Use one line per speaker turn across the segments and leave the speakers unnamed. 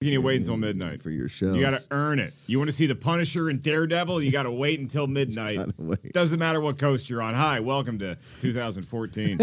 You need to wait until midnight.
Mm-hmm. for your shows.
You got to earn it. You want to see The Punisher and Daredevil? You got to wait until midnight.
Gotta wait.
Doesn't matter what coast you're on. Hi, welcome to 2014.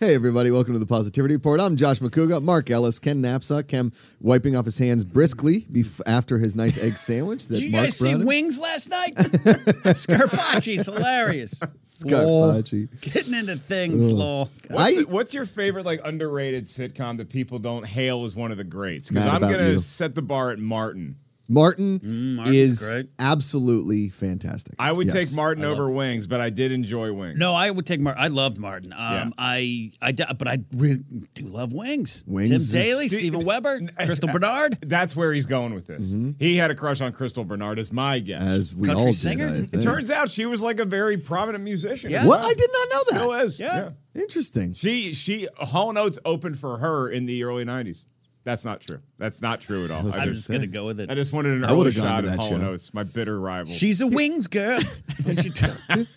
Hey, everybody, welcome to the Positivity Report. I'm Josh McCouga, Mark Ellis, Ken Knapsack, Kem wiping off his hands briskly bef- after his nice egg sandwich. That
Did you
Mark
guys see
brought him.
Wings last night? Scarpacci's hilarious.
Scott
Lol.
Fauci.
Getting into things, lol.
What's,
I-
what's your favorite like underrated sitcom that people don't hail as one of the greats? Because
Mad
I'm
About
gonna
You.
set the bar at Martin.
Martin
Martin's
is
great.
absolutely fantastic.
I would
Yes.
take Martin over Wings, but I did enjoy Wings.
No, I would take Martin. I loved Martin. Um,
Yeah.
I, I, d- but I really do love Wings.
Wings
Tim
is-
Daly, Stephen Weber, Crystal Bernard.
That's where he's going with this. He had a crush on Crystal Bernard, is my guess.
Mm-hmm. As we
Country
all
singer?
Did, I
It
it
think.
turns out she was like a very prominent musician.
Yeah.
What? I did not know that.
Still is.
Yeah.
Interesting.
She she Hall and Oates opened for her in the early '90s. That's not true. That's not true at all. I
I'm
just,
just gonna go with it.
I just wanted an
I would've
early
gone
shot
to
at
that
Hall and
show.
Oates, my bitter rival.
She's a Wings girl.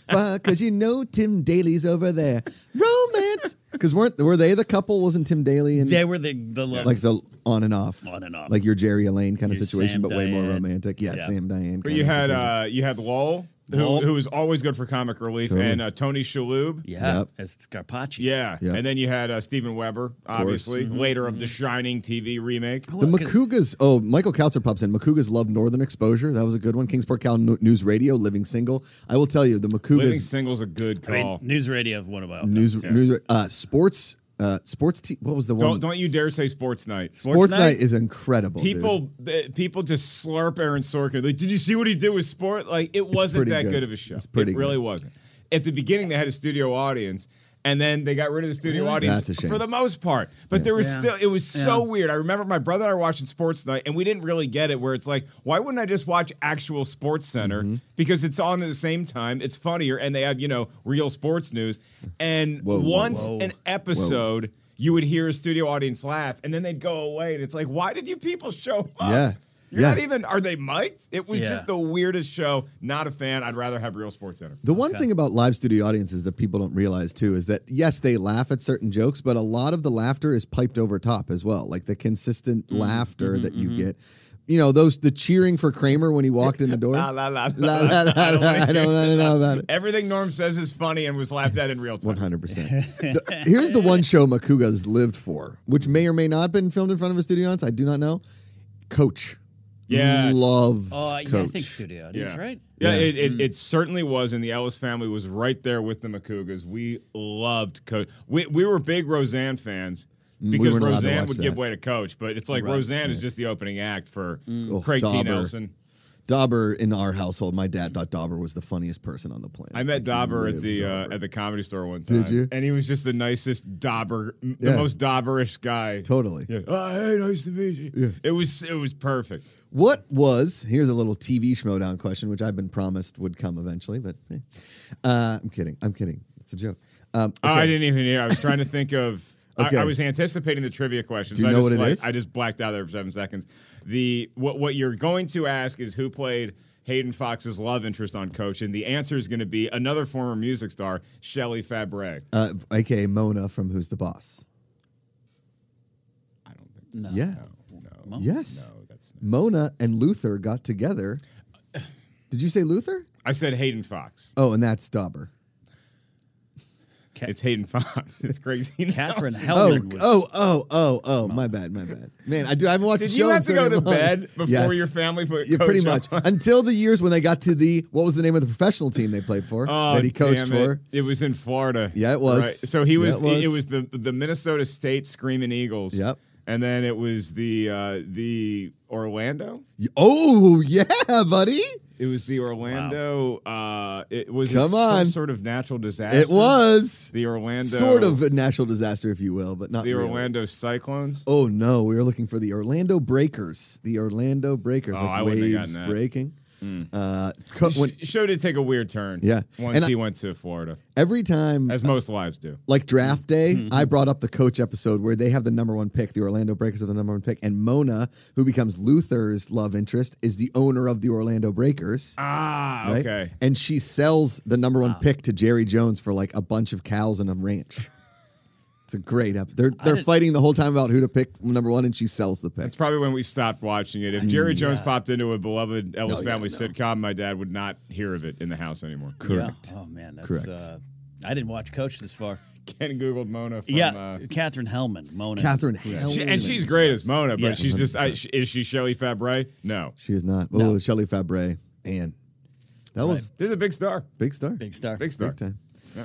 Because you know Tim Daly's over there. Romance. Because weren't were they the couple? Wasn't Tim Daly and
they were the the love.
like the on and off,
On and off.
like your Jerry Elaine kind of
Your
situation,
Sam
but way more
Diane.
romantic. Yeah,
Yeah.
Sam Diane.
but
kind
you
of
had
situation.
uh you had Lowell, who
Lowell.
who was always good for comic relief,
Totally.
and uh, Tony Shalhoub.
yeah,
Yep.
as Scarpacci.
Yeah.
Yeah.
and then you had uh, Stephen Weber, obviously later of the Shining TV remake.
Who
The
else could-
Macugas, oh, Michael Kautzer pops in. Macugas love Northern Exposure. That was a good one. Kingsport Cal N- News Radio, Living Single. I will tell you, the
Living
Macugas
Single's a good
I mean,
call.
News Radio is one of my all-time.
Oh. News,
yeah.
news uh, Sports, uh, Sports, t- what was the one?
don't don't you dare say Sports Night.
sports
Sports
Night
Night?
is incredible. dude.
People, eh, people just slurp Aaron Sorkin. Like, did you see what he did with sport? Like, it wasn't
pretty
that
good.
good. of a show.
It's pretty
it really
good.
wasn't. At the beginning, they had a studio audience, and then they got rid of the studio audience
That's a shame.
for the most part. But there was
Yeah.
still, it was so
Yeah.
weird. I remember my brother and I were watching Sports Night, and we didn't really get it. Where it's like, why wouldn't I just watch actual Sports Center
Mm-hmm.
because it's on at the same time, it's funnier, and they have you know real sports news. And
Whoa, whoa,
once
whoa.
an episode. You would hear a studio audience laugh, and then they'd go away, and it's like, why did you people show up?
Yeah.
You're
Yeah.
not even, are they mic'd? It was
Yeah.
just the weirdest show. Not a fan. I'd rather have Real Sports Center.
The one thing about live studio audiences that people don't realize too is that yes, they laugh at certain jokes, but a lot of the laughter is piped over top as well. Like the consistent laughter that you get. You know, those the cheering for Kramer when he walked in the door.
La, la, la,
La,
la,
la, la,
I don't
la,
wanna
I don't wanna know about it.
Everything Norm says is funny and was laughed at in real time.
One hundred percent. Here's the one show Makuga's lived for, which may or may not have been filmed in front of a studio audience. I do not know. Coach.
Yes.
Loved
Oh,
Coach.
yeah, I think studio audience,
Yeah.
right? Mm.
Yeah,
Yeah.
It, it, it certainly was, and the Ellis family was right there with the McCougas. We loved Coach. We, we were big Roseanne fans because
Mm, weren't allowed to
Roseanne
watch
would give
that.
way to Coach, but it's like
Right. Mm.
Roseanne is just the opening act for
Oh,
Craig T.
Dauber.
Nelson.
Dauber in our household, my dad thought Dauber was the funniest person on the planet.
I met
Like, he
Dauber at
lived
the
Dauber.
uh, at the comedy store one time.
you?
And he was just the nicest Dauber, m-
Yeah.
the most Dauberish guy.
Totally.
Yeah. Oh, hey, nice to meet you. It was it was perfect.
What was here's a little TV schmodown question, which I've been promised would come eventually, but eh. uh, I'm kidding. I'm kidding. It's a joke. Um,
Oh,
okay.
I didn't even hear. I was trying to think of. I-
Okay.
I, was anticipating the trivia questions.
Do you
I
know
just,
what it
like,
is?
I just blacked out there for seven seconds. The what what you're going to ask is who played Hayden Fox's love interest on Coach, and the answer is going to be another former music star, Shelley Fabre.
uh, AKA Mona from Who's the Boss.
I don't think.
No.
Yeah.
Oh, No.
Yes.
No, that's.
Mona and Luther got together. Did you say Luther?
I said Hayden Fox.
Oh, and that's Dauber.
Ca-
It's Hayden Fox. It's crazy.
Catherine
Oh,
Hellman. was-
oh, oh, oh, oh! My bad, my bad. Man, I do. I haven't watched
Did
the
you
show. in
have to go
30
to
months.
bed before
Yes.
your family put
Yeah, pretty
Coach
much
on?
until the years when they got to the what was the name of the professional team they played for
Oh,
that he
damn
coached for?
it. It was in Florida.
Yeah, it was.
So he
Yeah,
was,
it was.
it, was the the Minnesota State Screaming Eagles.
Yep.
And then it was the uh, the Orlando.
Y- Oh yeah, buddy.
It was the Orlando. Uh, it was it
Come
some
on.
sort of natural disaster.
It was
the Orlando
sort of a natural disaster, if you will, but not
the
really.
Orlando Cyclones.
Oh no, we were looking for the Orlando Breakers. The Orlando Breakers,
Oh,
like
I wouldn't have
waves
gotten that. Hmm.
breaking. Uh, co- when,
Sh- show did take a weird turn.
Yeah.
Once
And I-
he went to Florida,
every time,
as Hmm, most lives do.
like draft day, I brought up the coach episode where they have the number one pick. The Orlando Breakers are the number one pick, and Mona, who becomes Luther's love interest, is the owner of the Orlando Breakers.
Ah,
right?
okay.
And she sells the number one pick to Jerry Jones for like a bunch of cows and a ranch. It's a great episode. They're they're
did-
fighting the whole time about who to pick number one, and she sells the pick.
It's probably when we stopped watching it. If Jerry Jones popped into a beloved Ellis
No, yeah,
Family
no.
sitcom, my dad would not hear of it in the house anymore.
Correct.
Yeah. Oh man, that's
Correct.
uh I didn't watch Coach this far.
Ken googled Mona. From,
yeah,
uh,
Catherine Hellman, Mona.
Catherine Hellman.
she- and she's great as Mona, but
Yeah.
she's just I, sh- is she Shelley Fabre? No,
She is not. Oh,
No.
Shelley Fabre. And that was
there's a big star,
big star.
big star.
big star.
Big time.
How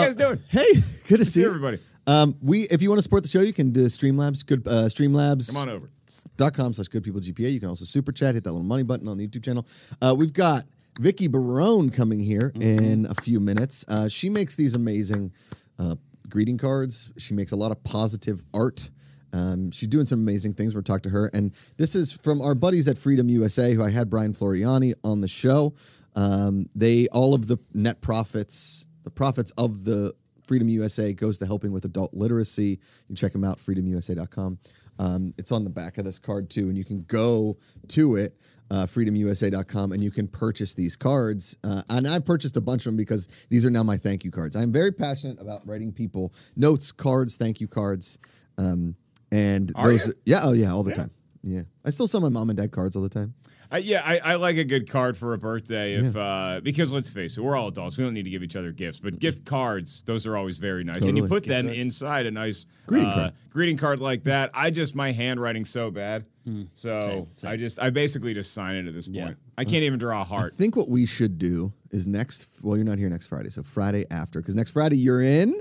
you guys doing?
Hey, good to see
See
you.
everybody.
Um, we, if you want to support the show, you can do Streamlabs. Good uh, Streamlabs.
Come on over.
dot com slash good people GPA. You can also super chat, hit that little money button on the YouTube channel. Uh, we've got Vicky Barone coming here in a few minutes. Uh, she makes these amazing uh, greeting cards. She makes a lot of positive art. Um, she's doing some amazing things. We're talking to her, and this is from our buddies at Freedom USA, who I had Brian Floriani on the show. Um, they all of the net profits, the profits of the Freedom USA goes to helping with adult literacy. You can check them out, freedomusa.com. Um, it's on the back of this card too, and you can go to it, uh, freedomusa.com, and you can purchase these cards. Uh, and I purchased a bunch of them because these are now my thank you cards. I'm very passionate about writing people notes, cards, thank you cards, um, and
Are
those.
you?
Yeah, oh yeah, all the time. Yeah, I still sell my mom and dad cards all the time.
I, yeah, I, I like a good card for a birthday if uh, because let's face it, we're all adults. We don't need to give each other gifts, but gift cards, those are always very nice. And you
Totally.
put them inside a nice
Greeting
uh,
card.
greeting card like that. I just my handwriting's so bad, so
Hmm. Same, same.
I just I basically just sign it at this point.
Yeah.
I can't even draw a
I
heart.
think what we should do is next. Well, you're not here next Friday, so Friday after, because next Friday you're in.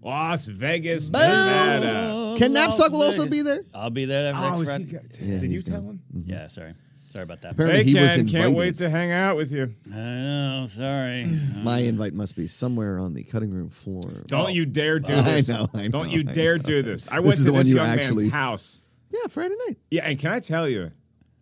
Las Vegas, Nevada.
Can
Oh, Las
Knapsack will also
Vegas.
be there? Mm-hmm.
I'll be there
Oh,
Oh,
next Friday.
did you
he's
tell him?
Yeah, sorry. Sorry about that.
Apparently
Hey,
he was
Ken,
invited.
can't wait to hang out with you.
I know, sorry.
My invite must be somewhere on the cutting room floor.
Oh.
Don't you dare do
I
this.
know, I
Don't
know,
you
I
dare
know.
do this. I
This
went
is
to
the one
this
you
young
actually-
man's house.
Yeah, Friday night.
Yeah, and can I tell you?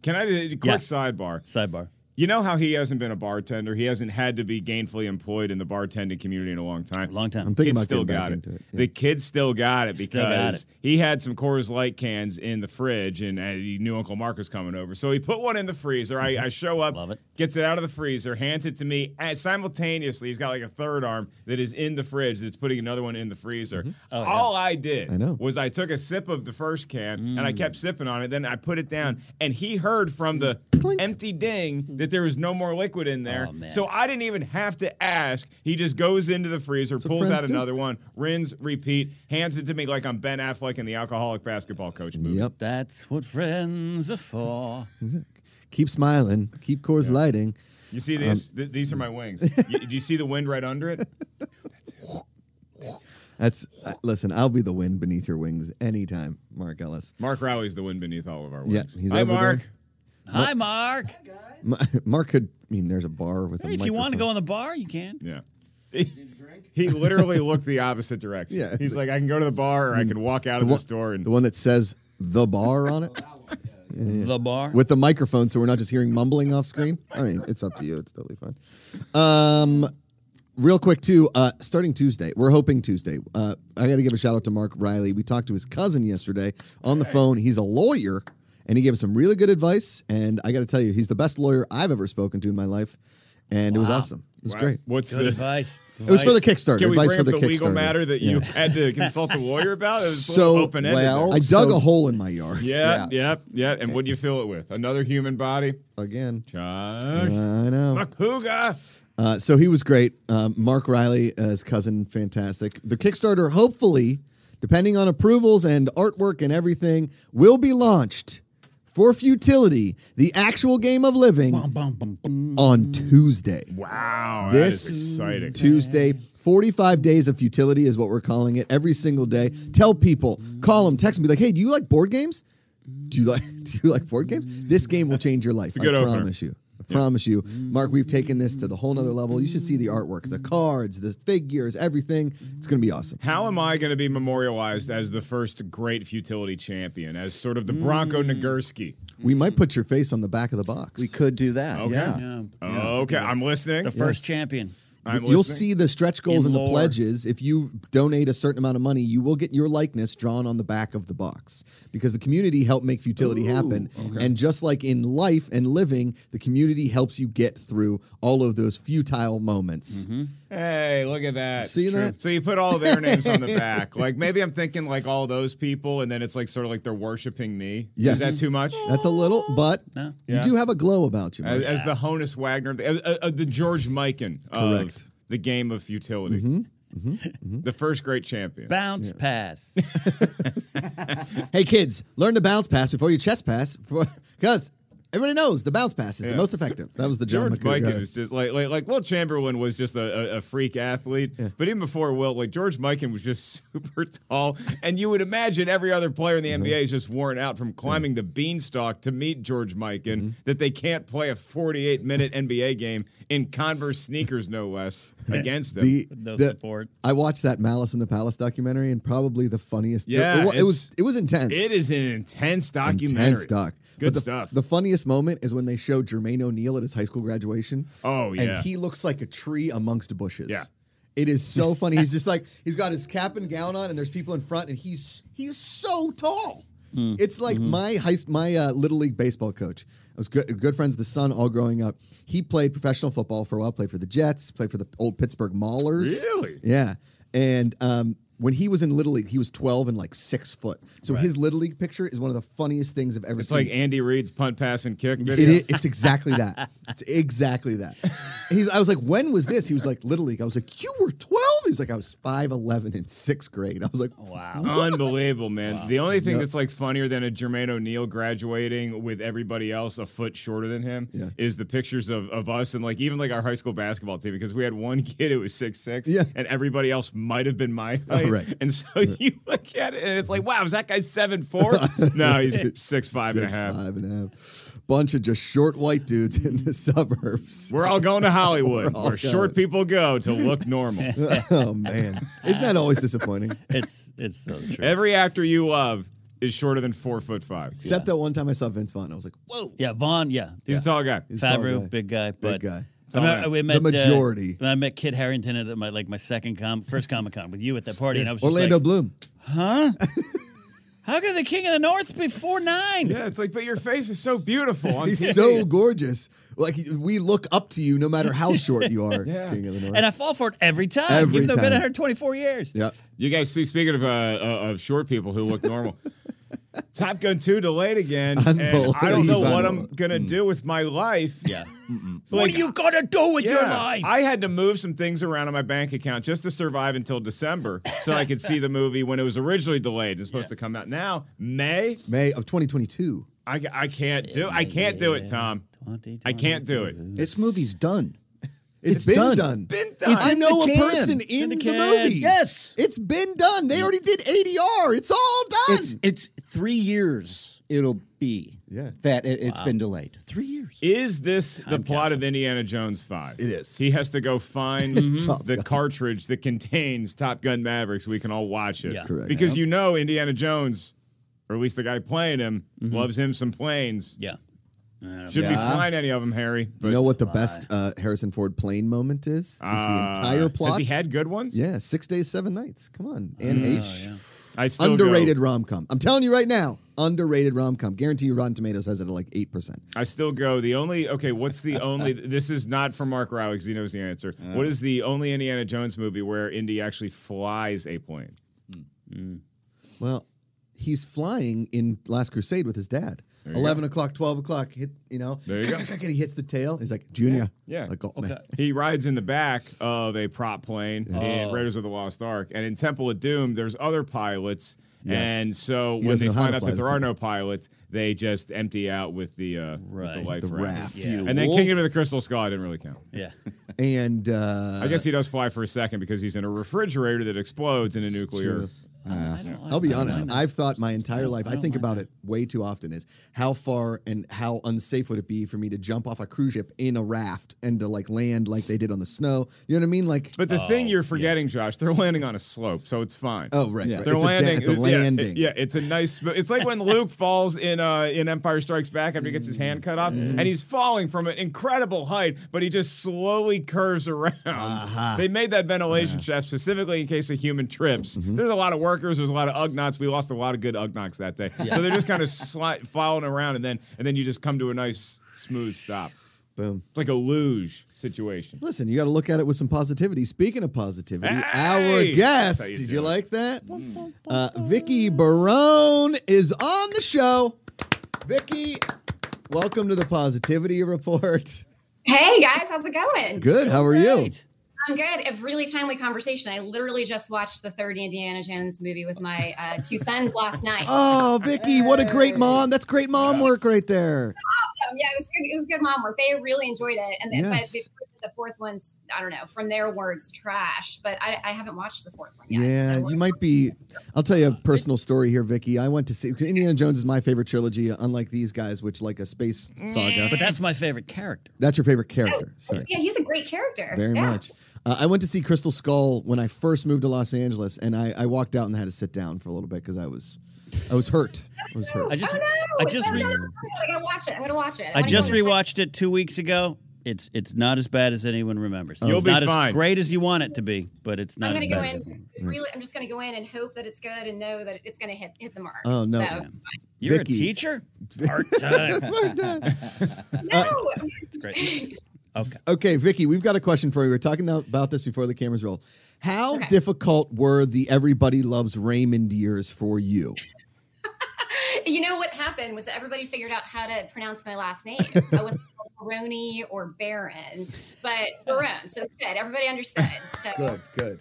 Can I a quick
Yeah.
sidebar?
Sidebar.
You know how he hasn't been a bartender. He hasn't had to be gainfully employed in the bartending community in a long time.
Long time.
I'm thinking
Kid
about
still
getting back
got it.
into it.
The kid still got it
Still got
because
it.
he had some Coors Light cans in the fridge, and uh, he knew Uncle Mark was coming over, so he put one in the freezer. I, I show up,
Love it.
gets it out of the freezer, hands it to me, and simultaneously he's got like a third arm that is in the fridge that's putting another one in the freezer.
Mm-hmm. Oh,
All I did
I know.
was I took a sip of the first can and
Mm.
I kept sipping on it. Then I put it down, and he heard from the
Clink.
empty ding that there was no more liquid in there.
Oh, man.
so I didn't even have to ask. He just goes into the freezer,
what
pulls out
friends do.
another one, rinse, repeat, hands it to me like I'm Ben Affleck in the alcoholic basketball coach movie.
Yep.
That's what friends are for.
Keep smiling. Keep Coors lighting.
You see
Um,
these? th- these are my wings. you, do you see the wind right under it?
That's uh, listen. I'll be the wind beneath your wings anytime, Mark Ellis.
Mark Rowley's the wind beneath all of our wings.
Yeah, he's
Hi,
over
Mark.
there.
Hi, Mark.
M- Mark could. I mean, there's a bar with a.
Hey, if you want
microphone.
to go in the bar, you can.
Yeah. he literally looked the opposite direction.
Yeah.
He's like, I can go to the bar or I can walk out of
one-
this door and
the one that says the bar on it
The bar.
with the microphone, so we're not just hearing mumbling off screen. I mean, it's up to you. It's totally fine. Um, real quick too uh starting tuesday we're hoping tuesday uh i gotta give a shout out to mark riley we talked to his cousin yesterday on the phone he's a lawyer and he gave us some really good advice and i gotta tell you he's the best lawyer i've ever spoken to in my life and it was awesome it was
Wow.
great
What's
Good
the
advice.
it was for the
Advice.
kickstarter
Can we
advice
bring
for
up
the,
the, legal
Kickstarter.
matter that you had to consult a lawyer about? It was
so
open ended.
i dug
so-
a hole in my yard
yeah, yeah, yeah. And what do you fill it with? Another human body?
again
Josh.
i know
Makuga.
Uh, so he was great. Um, Mark Riley as cousin, fantastic. The Kickstarter, hopefully, depending on approvals and artwork and everything, will be launched for Futility, the actual game of living,
Bum, bum, bum, bum.
on Tuesday.
Wow,
This
that is exciting.
Tuesday. 45 days of futility is what we're calling it every single day. Tell people, call them, text them, be like, hey, do you like board games? Do you like do you like board games? This game will change your life.
a good
I
opener.
promise you. I promise you. Mark, we've taken this to the whole nother level. You should see the artwork, the cards, the figures, everything. It's gonna be awesome.
How am I going to be memorialized as the first great futility champion, as sort of the Bronco
Hmm.
Nagurski?
We might put your face on the back of the box.
We could do that.
Okay.
Yeah.
Oh, Yeah.
Okay, I'm listening.
The first champion.
I'm
You'll
listening.
see the stretch goals
In
and the
lore.
pledges. If you donate a certain amount of money, you will get your likeness drawn on the back of the box because the community helped make futility happen. And just like in life and living, the community helps you get through all of those futile moments.
Mm-hmm. Hey, look at that.
See
It's true.
that?
So you put all their names on the back. Like maybe I'm thinking like all those people, and then it's like sort of like they're worshiping me. Is
Yes.
that too much?
That's Oh, a little, but
No.
Yeah. Uh,
you do have a glow about you.
As,
Mike.
as the Honus Wagner, uh, uh, uh, the George Mikan of
Correct. Mm-hmm.
the game of futility, the first great champion.
Bounce pass.
Hey kids, learn to bounce pass before you chest pass, because everybody knows the bounce pass is
Yeah.
the most effective. That was the John
George
McCoo
Mikan
guy.
was just like, like, like Will Chamberlain was just a, a, a freak athlete. But even before Will, like George Mikan was just super tall. And you would imagine every other player in the
Mm-hmm.
NBA is just worn out from climbing the beanstalk to meet George Mikan
Mm-hmm.
that they can't play a 48 minute NBA game in Converse sneakers, no less, against him.
The,
No
the-
support.
I watched that Malice in the Palace documentary, and probably the funniest.
Yeah,
it, wa- it was
it's-
it was intense.
it is an intense documentary.
intense doc.
Good
but the,
stuff.
The funniest moment is when they show Jermaine O'Neal at his high school graduation.
Oh, yeah.
and he looks like a tree amongst bushes.
Yeah.
It is so funny. He's just like he's got his cap and gown on, and there's people in front, and he's he's so tall.
Hmm.
It's like
Mm-hmm.
my high, my uh, little league baseball coach. I was good good friends with the son all growing up. He played professional football for a while. Played for the Jets. Played for the old Pittsburgh Maulers.
Really?
Yeah. And um, when he was in Little League, he was 12 and like six foot. So his Little League picture is one of the funniest things I've ever
It's
seen.
like Andy Reid's punt, pass, and kick
It
video.
i- it's exactly that. It's exactly that. He's, I was like, when was this? He was like, Little League. I was like, you were 12? He was like, I was 5'11 in sixth grade. I was
Oh,
like,
Wow.
Unbelievable, man. The only thing
Yep.
that's like funnier than a Jermaine O'Neal graduating with everybody else a foot shorter than him
Yeah.
is the pictures of, of us and like even like our high school basketball team because we had one kid who was six six
Yeah. Oh,
and everybody else might have been my height.
right.
And so you look at it and it's like, wow, is that guy seven four? no, he's six five and a half.
six, five and a half. Bunch of just short white dudes in the suburbs.
We're all going to Hollywood
We're all
where short
going.
people go to look normal.
oh, man. Isn't that always disappointing?
It's it's so true.
Every actor you love is shorter than four foot five.
Except that one time I saw Vince Vaughn. I was like, whoa.
yeah, Vaughn. Yeah,
He's a tall guy.
He's a tall
Favreau,
guy.
big guy, but
guy.
I remember,
Tall
we met, uh,
majority.
I met Kid Harrington at my like my second com, first Comic Con with you at that party, and I was just
Orlando
like,
Bloom.
"How could the King of the North be four nine?
Yeah, it's like, but your face is so beautiful. On TV.
He's so gorgeous. Like we look up to you, no matter how short you are,
Yeah.
King of the North.
uh,
And I fall for it every time,
Every
even though I've been
time.
at her twenty four years.
yeah,
You guys see, speaking of uh, uh, of short people who look normal, Top Gun 2 delayed again. And I don't know
Unbelievable.
what I'm going to do with my life.
Yeah. what are you gonna do with
Yeah.
your life?
I had to move some things around on my bank account just to survive until December so I could see the movie when it was originally delayed. It's supposed to come out now, May.
May of 2022.
I, I can't do I can't do it, Tom. I can't do it.
This movie's done.
it's
It's
been done.
done.
Been done.
I
in the
know a
can.
person
It's
in
in
the,
the can.
movie.
Yes.
it's been done. They already did ADR. It's all done.
It's it's three years. It'll be
Yeah.
that it, has been delayed. Three years.
Is this the plot of Indiana Jones 5?
It is.
He has to go find
Top
the
Gun.
cartridge that contains Top Gun Maverick so we can all watch it.
Yeah.
Correct.
Because you know Indiana Jones, or at least the guy playing him,
Mm-hmm.
loves him some planes.
Yeah.
Shouldn't
Yeah.
be flying any of them, Harry. But,
you know what the best uh, Harrison Ford plane moment is? Is the
uh,
entire plot.
Has he had Ah, good ones?
Yeah, six days, seven nights. Come on, Anne H.
I still go-
Underrated rom com. I'm telling you right now, underrated rom com. Guarantee you, Rotten Tomatoes has it at like eight percent.
I still go. The only okay. What's the only? this is not for Mark Rowley because he knows the answer. What is the only Indiana Jones movie where Indy actually flies a plane?
Well, he's flying in Last Crusade with his dad. Eleven o'clock, twelve o'clock. Hit, you know,
There you go.
he hits the tail. He's like, Junior.
Yeah.
Like, oh, man.
He rides in the back of a prop plane
Oh.
in Raiders of the Lost Ark, and in Temple of Doom, there's other pilots,
Yes.
and so
He
when
doesn't
they
know how
find
to
out
fly
that
the
there are
plane.
no pilots, they just empty out with the uh, with the
Right.
life
The
raft.
raft.
Yeah.
And then
Well,
Kingdom of the Crystal Skull, I didn't really count.
Yeah.
and uh,
I guess he does fly for a second because he's in a refrigerator that explodes in a nuclear
I don't- I
I'll be
don't
honest.
mind that.
I've thought my entire life. I,
don't
think
mind
about
that.
it way too often. Is how far and how unsafe would it be for me to jump off a cruise ship in a raft and to like land like they did on the snow? You know what I mean? Like,
But the thing you're forgetting, Josh, they're landing on a slope, so it's fine.
Oh, right, right.
They're
It's a da-
landing.
it's a
yeah, it-
landing.
Yeah, it's a nice. It's like when Luke falls in uh, in Empire Strikes Back after he gets his hand cut off,
Mm-hmm.
and he's falling from an incredible height, but he just slowly curves around.
Uh-huh.
They made that ventilation shaft specifically in case a human trips.
Mm-hmm.
There's a lot of workers. There's a lot of Ugnaughts. We lost a lot of good Ugnaughts that day, so they're just kind of sli- following around, and then and then you just come to a nice smooth stop.
boom.
It's like a luge situation.
Listen, you got to look at it with some positivity. Speaking of positivity,
Hey!
our guest,
That's how you Mm.
did
do
you
it.
like that? Uh, Vicky Barone is on the show. Vicky, welcome to the Positivity Report.
Hey guys, how's it going?
Good. How are you?
I'm good. A really timely conversation. I literally just watched the third Indiana Jones movie with my uh, two sons last night.
Oh, Vicky, what a great mom. That's great mom work right there.
Awesome. Yeah, it was good. It was good mom work. They really enjoyed it. And then
Yes.
but the, the fourth one's, I don't know, from their words, trash. But I, I haven't watched the fourth one yet.
Yeah,
so-
you might be. I'll tell you a personal story here, Vicky. I went to see 'cause Indiana Jones is my favorite trilogy, unlike these guys, which like a space saga.
But that's my favorite character.
that's your favorite character. Sorry.
Yeah, he's a great character.
Very
yeah.
much. Uh, I went to see Crystal Skull when I first moved to Los Angeles, and I, I walked out and had to sit down for a little bit because I was, I was hurt. I was hurt.
I just,
Oh, no.
I just,
no,
re-
no, no, no, no, I gotta watch it. I'm gonna watch it.
I
wanna
just
go to-
rewatched it two weeks ago. It's it's not as bad as anyone remembers.
You'll
it's
be
not
fine.
as great as you want it to be, but it's not
I'm
as
gonna go
bad. as everyone.
in. Really, I'm just gonna go in and hope that it's good and know that it's gonna hit hit the mark.
Oh, no.
So,
Yeah.
it's
You're
Vicky.
a teacher? Part time.
fine.
Uh,
no,
great. Okay.
Okay, Vicky, we've got a question for you. We were talking about this before the cameras rolled. How
Okay.
difficult were the Everybody Loves Raymond years for you?
You know what happened was that everybody figured out how to pronounce my last name. I was Baroni or Baron, but Barone. So it's good. Everybody understood. So
Good, good.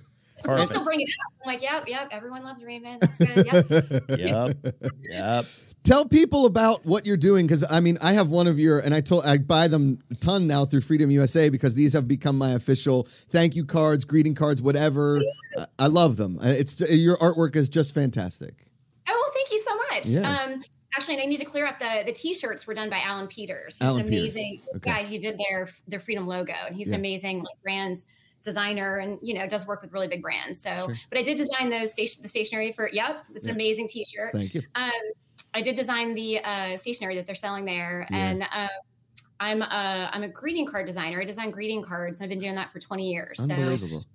I'll still bring it up. I'm like, yep, yep. Everyone loves Raymond. That's good. Yep.
Yep. Yep.
Tell people about what you're doing because I mean I have one of your and I told I buy them a ton now through Freedom USA because these have become my official thank you cards, greeting cards, whatever. I, I love them. Uh, It's your artwork is just fantastic.
Oh, well, thank you so much.
Yeah.
Um, actually, and I need to clear up the the t-shirts were done by Alan Peters. He's
Alan
an
Peters.
amazing
Okay.
guy. He did their their Freedom logo, and he's
Yeah.
an amazing like brand designer, and you know does work with really big brands. So, but I did design those station the stationery for. Yep, it's an amazing t-shirt.
Thank you.
Um, I did design the uh, stationery that they're selling there,
Yeah.
and uh, I'm a, I'm a greeting card designer. I design greeting cards, and I've been doing that for 20 years. So
Unbelievable.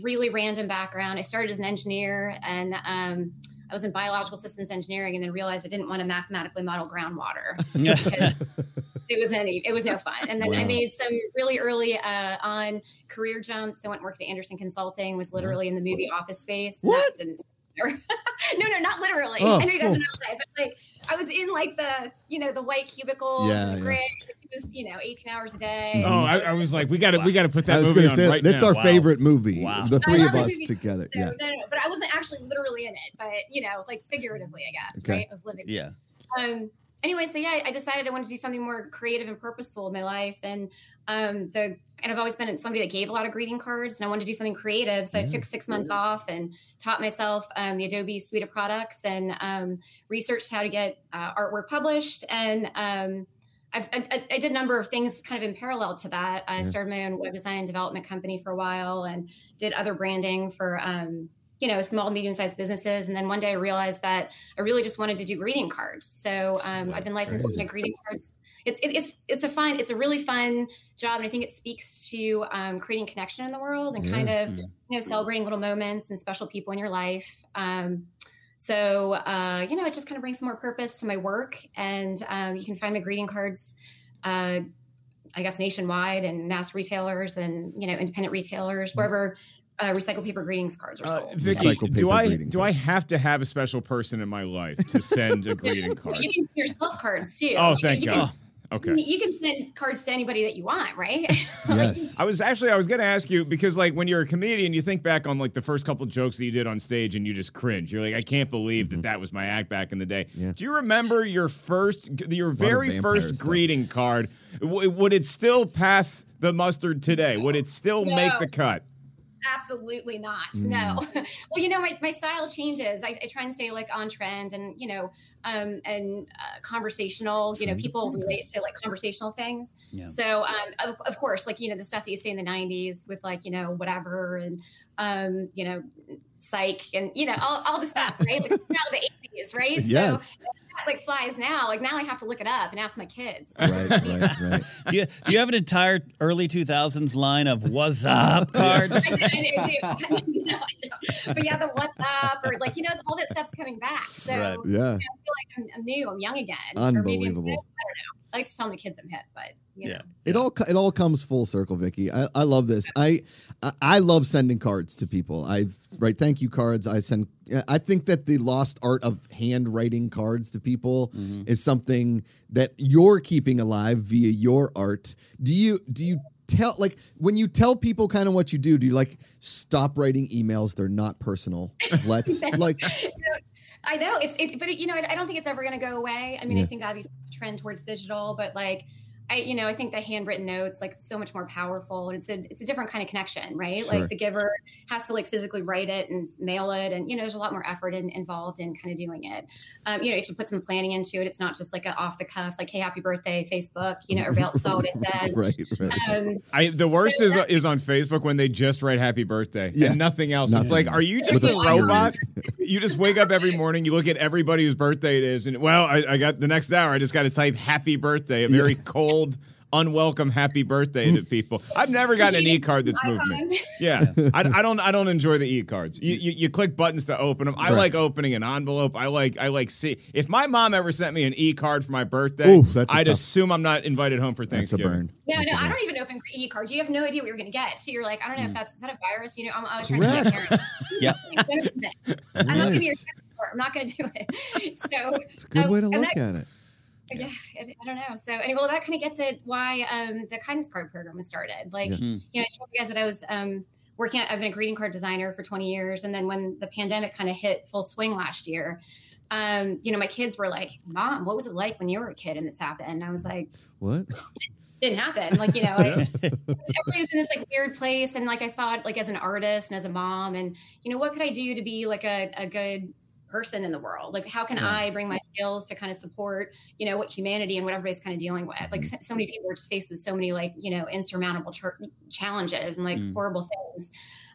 really random background. I started as an engineer, and um, I was in biological systems engineering, and then realized I didn't want to mathematically model groundwater. because It was any, it was no fun. And then I
Wow.
made some really early uh, on career jumps. I went and worked at Anderson Consulting. Was literally in the movie office space. and that
What?
didn't- no, no, not literally.
Oh,
I know you guys
oh.
are not right, but like I was in like the you know the white cubicles,
Yeah, Mm-hmm.
and the
yeah.
grid. It was you know eighteen hours a day.
Oh, I, I was like, we got to we got to put that
I was
movie
going
on
to say
right
that's
now.
our
Wow.
favorite movie.
Wow.
The three
I
of
love
us
the movie,
together.
so
Yeah.
no, no, no, but I wasn't actually literally in it, but you know, like figuratively, I guess,
Okay.
right? I was living.
Yeah.
Um, anyway, so yeah, I decided I wanted to do something more creative and purposeful in my life. And um, the and I've always been somebody that gave a lot of greeting cards, and I wanted to do something creative. So I took six months off and taught myself um, the Adobe suite of products and um, researched how to get uh, artwork published. And um, I've, I, I- I did a number of things kind of in parallel to that. I
Yeah.
started my own web design and development company for a while, and did other branding for. Um, you know, small, medium sized businesses. And then one day I realized that I really just wanted to do greeting cards. So um, I've been licensing
Crazy.
my greeting cards. It's it, it's it's a fun it's a really fun job, and I think it speaks to um, creating connection in the world and
Yeah.
kind of you know celebrating little moments and special people in your life. Um, so uh, you know, it just kind of brings some more purpose to my work, and um, you can find my greeting cards. Uh, I guess nationwide and mass retailers and you know independent retailers wherever uh, recycled paper greetings cards are
Mm-hmm. Uh,
sold.
Vicky,
Recycle
do
paper
I
greeting
do I have to have a special person in my life to send a greeting card?
You can do yourself cards too.
Oh,
You-
thank
you can-
God. Oh, Okay.
You can send cards to anybody that you want, right?
Yes.
I was actually I was gonna ask you because like when you're a comedian, you think back on like the first couple jokes that you did on stage and you just cringe. You're like, I can't believe that that was my act back in the day.
Mm-hmm. Yeah.
Do you remember your first, your very
vampire
first
stuff.
greeting card? W- would it still pass the mustard today? Would it still
No.
make the cut?
Absolutely not. No. well, you know, my, my style changes. I, I try and stay like on trend and, you know, um, and uh, conversational, you know, people relate to like conversational things.
Yeah.
So, um, of, of course, like, you know, the stuff that you see in the 90s with like, you know, whatever and, um, you know, psych and, you know, all, all the stuff, right? Like, now the 80s, right?
Yes.
So, like flies now. Like now I have to look it up and ask my kids.
Right, right, right.
Do you, do you have an entire early 2000s line of what's up cards?
I do, I do, I do. No, I don't. But yeah, the what's up or like you know all that stuff's coming back. So
Right.
you know,
Yeah.
I feel like I'm, I'm new, I'm young again. Or maybe I'm, I don't
Unbelievable.
know. I like to tell my kids I'm hip, but you know.
Yeah.
It all co- it all comes full circle, Vicky. I, I love this. I, I I love sending cards to people. I write thank you cards. I send. I think that the lost art of handwriting cards to people is something that you're keeping alive via your art. Do you do you tell like when you tell people kind of what you do? Do you like stop writing emails? They're not personal. Let's like
I know it's it's, but it, you know, I, I don't think it's ever going to go away. I mean,
Yeah.
I think obviously the trend towards digital, but like. I, you know, I think the handwritten notes like so much more powerful, and it's a it's a different kind of connection, right?
Sure.
Like the giver has to like physically write it and mail it, and you know, there's a lot more effort in, involved in kind of doing it. Um, you know, you should put some planning into it. It's not just like an off the cuff, like hey, happy birthday, Facebook. You know, everybody else saw what it said.
right right.
Um,
I, the worst
So
is
that-
is on Facebook when they just write happy birthday
Yeah.
and nothing else.
Nothing.
It's like, are you just
With
a
a-
robot? you just wake up every morning, you look at everybody whose birthday it is, and well, I, I got the next hour. I just got to type happy birthday, a very cold, unwelcome happy birthday to people. I've never gotten an e card that's moved me. Yeah, I, I don't. I don't enjoy the e cards. You, you you click buttons to open them. I
Correct.
like opening an envelope. I like I like see. If my mom ever sent me an e card for my birthday,
Ooh, that's a
I'd
tough-
assume I'm not invited home for
That's a
Thanksgiving.
burn.
No,
That's
no,
a
I
burn.
don't even open e cards. You have no idea what you were going to get. So you're like, I don't know
Mm.
if that's is that a virus? You know, I'm always trying to
Correct.
get parents.
Yeah.
I'm not gonna do it. I'm not going to
Right.
be your parent anymore. I'm not going to do it. So
It's a good
um,
way to
and
look at
that-
it.
Yeah, I, I don't know. So anyway, well, that kind of gets at why um, the kindness card program was started. Like,
Yeah.
you know, I told you guys that I was um, working. At, I've been a greeting card designer for 20 years, and then when the pandemic kind of hit full swing last year. Um, you know, my kids were like, "Mom, what was it like when you were a kid and this happened?" And I was like,
What?
didn't happen. Like, you know, like, everybody was in this like weird place. And like, I thought like as an artist and as a mom and, you know, what could I do to be like a, a good person in the world? Like, how can I bring my skills to kind of support, you know, what humanity and what everybody's kind of dealing with? Like so, so many people are just faced with so many like, you know, insurmountable ch- challenges and like
Mm.
horrible things.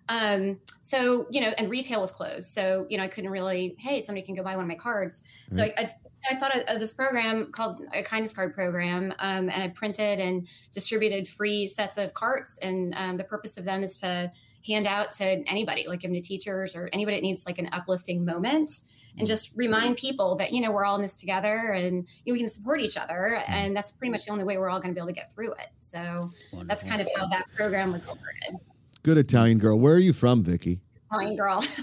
Um, so, you know, and retail was closed. So, you know, I couldn't really, Hey, somebody can go buy one of my cards. So I, I I thought of, of this program called a kindness card program, um, and I printed and distributed free sets of cards. And um, the purpose of them is to hand out to anybody, like give them to teachers or anybody that needs like an uplifting moment, and just remind people that you know we're all in this together and you know, we can support each other, and that's pretty much the only way we're all going to be able to get through it. So that's kind of how that program was started.
Good Italian girl. Where are you from, Vicky?
Italian girl.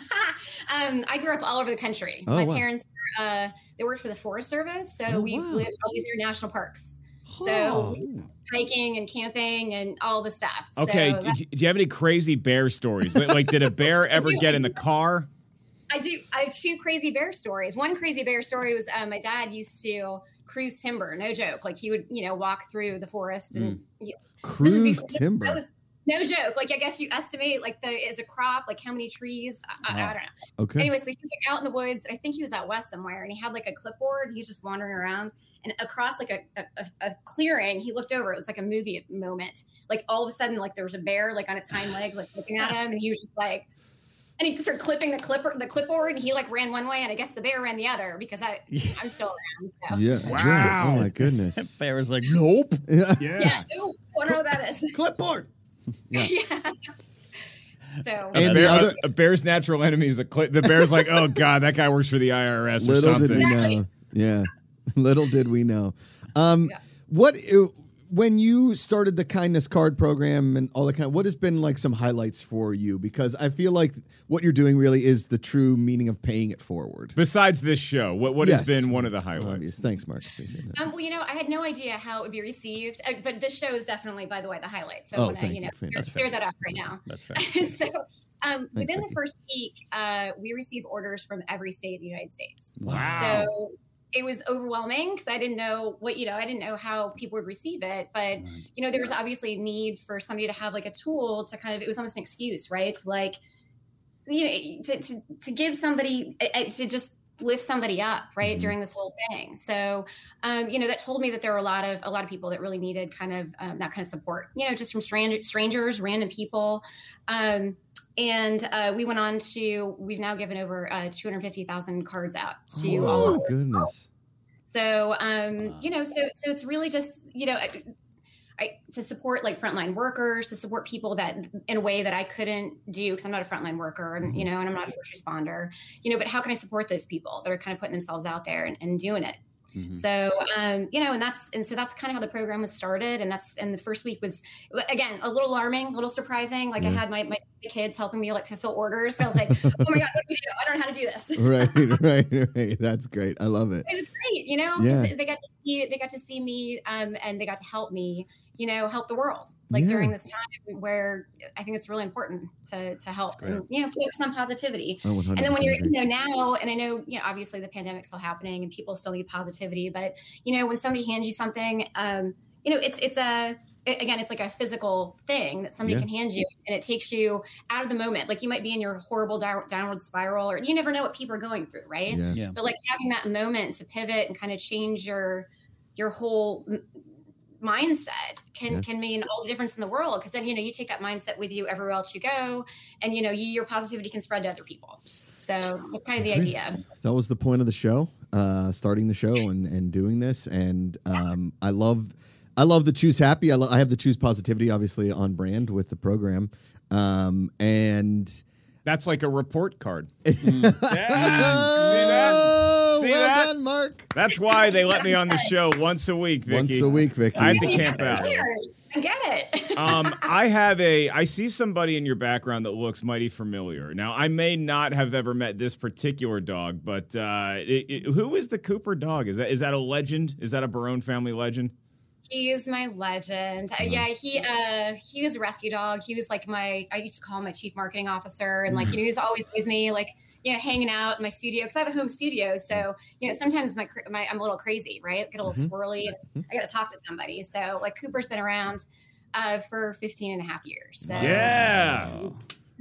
um, I grew up all over the country.
Oh,
My
wow.
parents uh, they worked for the Forest Service, so
Oh,
we
wow.
lived all these near national parks. So
Oh.
hiking and camping and all the stuff.
Okay,
so
d-
that-
d- do you have any crazy bear stories? Like- like, did a bear ever
do,
get
I
in the car?
I do. I have two crazy bear stories. One crazy bear story was uh, my dad used to cruise timber. No joke. Like he would, you know, walk through the forest and you know, this is
Mm. Cruise
before- that
timber.
was- no joke. Like I guess you estimate like the is a crop like how many trees. I, I, I
Uh-huh.
don't know.
Okay.
Anyway, so he was like out in the woods. and I think he was out west somewhere, and he had like a clipboard. He's just wandering around, and across like a, a, a- a clearing, he looked over. It was like a movie moment. Like all of a sudden, like there was a bear like on its hind legs, like looking at him, and he was just like, and he started clipping the clipper, the clipboard, and he like ran one way, and I guess the bear ran the other because I I'm still around. So.
Yeah. yeah. Oh my goodness.
Bear was like, nope.
Yeah.
Yeah. Ooh, I don't know what that is.
Clipboard.
So
A,
And
bear-
the other-
a- a bear's natural enemy is a cl- the bear's like, oh god, that guy works for the IRS or
Little did we
something.
Exactly.
know. Yeah. Little did we know. Um,
Yeah.
what when you started the kindness card program and all that kind of what has been like some highlights for you because I feel like what you're doing really is the true meaning of paying it forward.
Besides this show, what what has
Yes.
been one of the highlights?
Obvious. Thanks, Mark. Appreciate that.
Um, well, you know, I had no idea how it would be received, uh, but this show is definitely, by the way, the highlight. So
Oh,
I want to,
thank
you
you.
know, clear,
That's
clear that up right now.
That's fair.
so um, within the
Becky.
first week, uh, we receive orders from every state in the United States.
Wow.
So it was overwhelming because I didn't know what you know I didn't know how people would receive it, but you know there was obviously a need for somebody to have like a tool to kind of it was almost an excuse, right? To like you know to to, to give somebody uh, uh, to just lift somebody up right during this whole thing so um, you know that told me that there were a lot of a lot of people that really needed kind of um, that kind of support you know just from stranger, strangers random people um, and uh, we went on to we've now given over uh, 250000 cards out to all
Oh, my goodness.
so um, you know, so so it's really just you know, I, I, to support like frontline workers, to support people that in a way that I couldn't do because I'm not a frontline worker, and you know, and I'm not a first responder, you know. But how can I support those people that are kind of putting themselves out there and, and doing it? So um, you know, and that's and so that's kind of how the program was started, and that's and the first week was again a little alarming, a little surprising. Like I had my, my kids helping me like fulfill orders, so I was like, oh my god, what do we do? I don't know how to do this.
Right, right, right. That's great. I love it.
it was great, you know. 'cause
Yeah.
They got to see they got to see me, um, and they got to help me, you know, help the world like
Yeah.
during this time where I think it's really important to to help,
great.
and, you know, focus on positivity.
Oh,
I 100%
And then when you're, you
agree.
know, now, and I know, you know, obviously the pandemic's still happening and people still need positivity, but you know, when somebody hands you something, um, you know, it's it's a it- again, it's like a physical thing that somebody
Yeah.
can hand you, and it takes you out of the moment. Like you might be in your horrible down, downward spiral, or you never know what people are going through, right?
Yeah.
Yeah.
but like having that moment to pivot and kind of change your your whole m- mindset can
Yeah.
can mean all the difference in the world because then you know you take that mindset with you everywhere else you go and you know you, your positivity can spread to other people so that's kind of the idea
That was the point of the show, uh, starting the show and, and doing this. And um, I love, I love the choose happy. I, lo- I have the choose positivity, obviously on brand with the program. Um, and
That's like a report card. yeah, see that?
oh,
See
well
that?
done, Mark.
That's why they let me on the show once a week, Vicky.
Once a week, Vicky.
I have to camp out.
Cheers. i get it
Um, I have a. I see somebody in your background that looks mighty familiar. Now, I may not have ever met this particular dog, but uh, it, it- who is the Cooper dog? Is that is that a legend? Is that a Barone family legend?
he's my legend Uh,
Mm-hmm.
yeah he uh he was a rescue dog he was like my i used to call him my chief marketing officer and like you know
Mm-hmm.
he was always with me like you know hanging out in my studio because i have a home studio so
Mm-hmm.
you know sometimes my, cr- my i'm a little crazy right get a little squirrely
Mm-hmm.
and i gotta talk to somebody so like cooper's been around uh, for 15 and a half years so
Yeah.
Oh.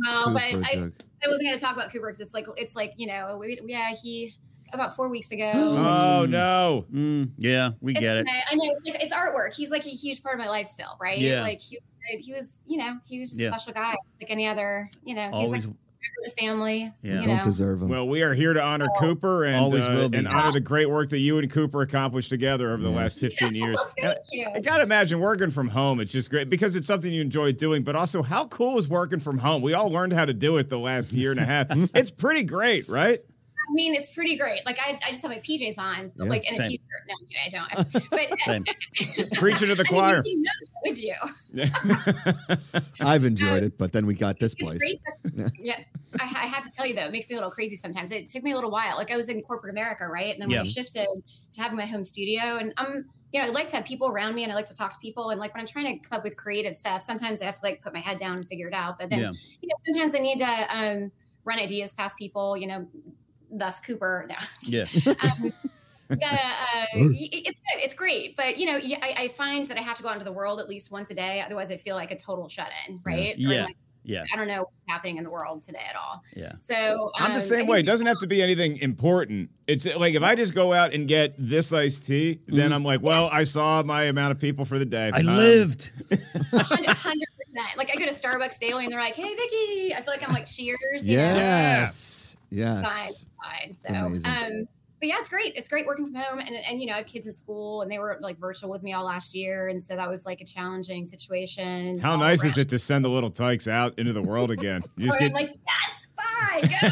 well,
Cooper
but I,
Doug.
I wasn't gonna talk about cooper because it's like it's like you know we, yeah he about four weeks ago
Oh no.
Mm, yeah, we
It's
get it.
okay. I know it's, like, it's artwork. He's like a huge part of my life still, right?
Yeah.
Like he, he was, you know, he was just
Yeah.
a special guy, like any other, you know,
Always,
he's like a family.
Yeah.
You
don't
know.
deserve him.
Well, we are here to honor Cooper and
Always
uh,
will be.
and honor the great work that you and Cooper accomplished together over the last 15 years. And
Thank you.
I gotta imagine working from home. It's just great because it's something you enjoy doing, but also how cool is working from home? We all learned how to do it the last year and a half. It's pretty great, right?
I mean, it's pretty great. Like I, I just have my PJs on, but
Yeah.
like in a
Same.
t-shirt. No, I'm kidding, I don't. But
same.
Preaching to the
I
choir.
mean, you wouldn't know that, would you?
I've enjoyed it, but then we got this
It's
place.
Uh, great. that- yeah. I, I have to tell you though, it makes me a little crazy sometimes. It took me a little while. Like I was in corporate America, right? And then when I
Yeah.
shifted to having my home studio, and I'm, you know, I like to have people around me, and I like to talk to people. And like when I'm trying to come up with creative stuff, sometimes I have to like put my head down and figure it out. But then,
Yeah.
you know, sometimes I need to um, run ideas past people. You know, thus Cooper. No
Yeah.
gotta, uh, y- it's good. It's great. But, you know, y- I, I find that I have to go out into the world at least once a day. Otherwise, I feel like a total shut in, right? Or
Yeah.
like,
Yeah.
I don't know what's happening in the world today at all.
Yeah.
So
I'm
um,
the
I
same
think
way. It doesn't have to be anything important. It's like if I just go out and get this iced tea,
Mm-hmm.
then I'm like, well, I saw my amount of people for the day.
I
Um,
lived.
100%. 100%. Like, I go to Starbucks daily and they're like, hey, Vicky. I feel like I'm like, cheers. you know?
Yes.
fine,
Yes.
fine. So,
amazing.
um, but yeah, it's great. It's great working from home, and and you know, I have kids in school, and they were like virtual with me all last year, and so that was like a challenging situation.
How
all
nice is
around.
it to send the little tykes out into the world again? You
Or
just
I'm
get
like, yes, fine,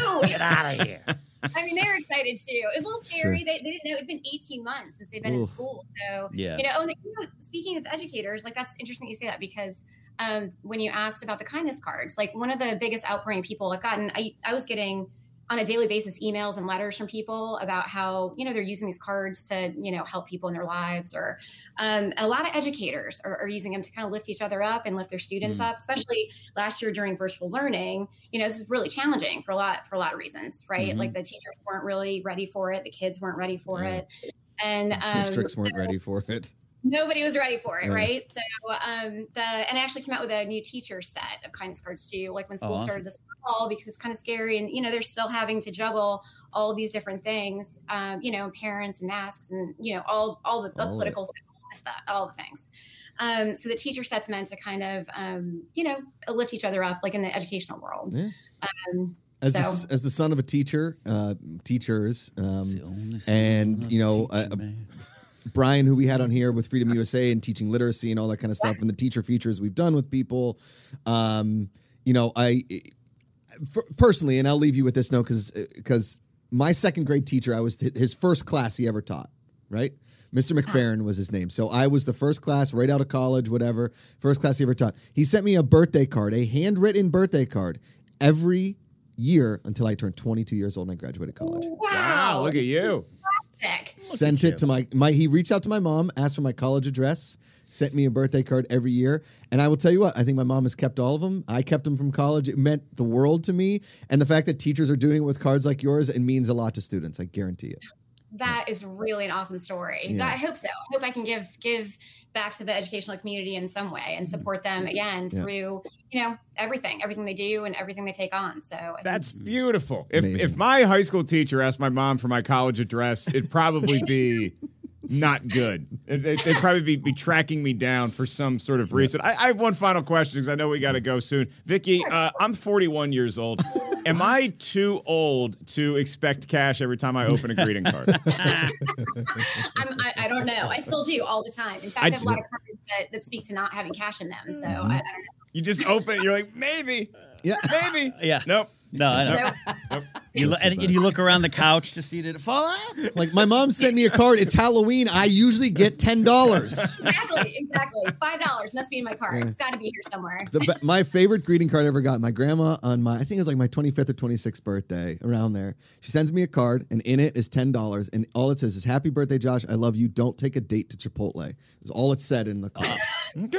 go.
Get out of here.
I mean, they were excited too. It was a little scary.
Sure.
They, they didn't know it'd been 18 months since they've been in
Oof.
school. So,
Yeah.
you know, and, you know, speaking of educators, like that's interesting you say that because um, when you asked about the kindness cards, like one of the biggest outpouring people I've gotten, I, I was getting on a daily basis emails and letters from people about how you know they're using these cards to you know help people in their lives or um, and a lot of educators are, are using them to kind of lift each other up and lift their students up especially last year during virtual learning you know this was really challenging for a lot for a lot of reasons right like the teachers weren't really ready for it the kids weren't ready for it and um,
Districts weren't
so-
ready for it.
nobody was ready for it,
Yeah.
right? So um, the and I actually came out with a new teacher set of kindness cards too, like when school
awesome.
started this fall, because it's kind of scary, and you know they're still having to juggle all these different things, um, you know, parents and masks, and you know all all the, the
All of it.
political things, that all the things. Um, so the teacher set's meant to kind of um, you know lift each other up, like in the educational world.
Yeah.
Um,
As,
So-
the, as the son of a teacher, uh, teachers, um,
It's the only
and,
son
you know,
of a teacher,
uh,
man.
Brian, who we had on here with Freedom USA and teaching literacy and all that kind of stuff, and the teacher features we've done with people. Um, you know, I for, personally, and I'll leave you with this note because my second grade teacher, I was hi- his first class he ever taught. Right, Mr. McFerrin was his name. So I was the first class right out of college, whatever first class he ever taught. He sent me a birthday card, a handwritten birthday card, every year until I turned 22 years old and I graduated college
Wow, look at you.
sick.
sent it to my my he reached out to my mom asked for my college address sent me a birthday card every year and i will tell you what i think my mom has kept all of them i kept them from college it meant the world to me and the fact that teachers are doing it with cards like yours it means a lot to students i guarantee it
That is really an awesome story.
Yeah.
I hope so. I hope I can give give back to the educational community in some way and support them again
Yeah.
through you know everything, everything they do and everything they take on. So I think-
That's beautiful. If
Mm-hmm. Amazing.
if my high school teacher asked my mom for my college address, it'd probably be not good. It- it- They'd probably be, be tracking me down for some sort of reason. I, I have one final question because I know we got to go soon. Vicky, uh, I'm 41 years old. Am I too old to expect cash every time I open a greeting card?
I'm, I, I don't know. I still do all the time. In fact, I,
I
have a lot of cards that, that speak to not having cash in them. So I, I don't
Mm-hmm.
know.
You just open it, you're like, maybe,
yeah
maybe.
Yeah.
Nope.
No, I don't.
So
You lo- and you look around the couch to see did it fall out.
like my mom sent me a card it's halloween i usually get $10
exactly, exactly. Five dollars must be in my card. It's got to be here somewhere.
the, be- my favorite greeting card I ever got. My grandma on my I think it was like my 25th or 26th birthday around there. She sends me a card and in it is ten dollars and all it says is Happy birthday, Josh. I love you. Don't take a date to Chipotle. Is all it said in the card.
Okay.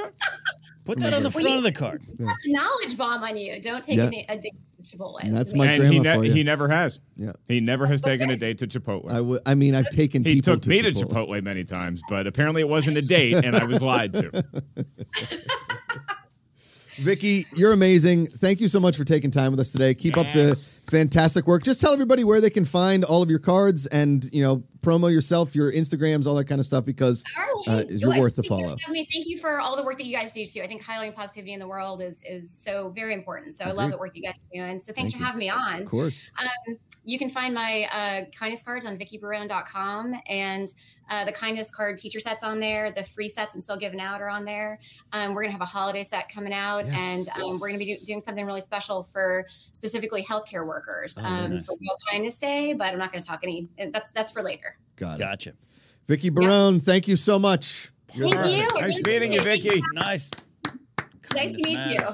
Put that on the front of the card.
That's a knowledge bomb on you. Don't take
Yeah.
any a dig- Chipotle.
And that's
It's
my-
And he,
grandma for
ne-
you.
he never has.
Yeah.
He never has taken a date to Chipotle.
I would. I mean, I've taken
He
people
took
to
me
Chipotle.
to Chipotle many times, but apparently it wasn't a date, and I was lied to.
Vicky, you're amazing. Thank you so much for taking time with us today. Keep up the fantastic work. Just tell everybody where they can find all of your cards and you know promo yourself, your Instagrams, all that kind of stuff because
Darling,
uh,
do
you're
it.
worth the
Thank you for
follow.
having me. Thank you for all the work that you guys do too. I think highlighting positivity in the world is is so very important. So I love
Agreed.
the work that you guys are doing. So thanks
Thank
for
you.
having me on.
Of course.
You can find my uh, kindness cards on VickiBarone.com and uh, the kindness card teacher sets on there. The free sets I'm still giving out are on there. Um, we're gonna have a holiday set coming out,
Yes.
and um, we're gonna be do- doing something really special for specifically healthcare workers
Oh,
um,
nice.
for World Kindness Day. But I'm not gonna talk any. That's that's for later.
Got it.
Gotcha.
Vicky Barone, thank you so much. You're the
Thank
best.
you.
Nice meeting you, Vicky.
Nice.
Nice to meet you.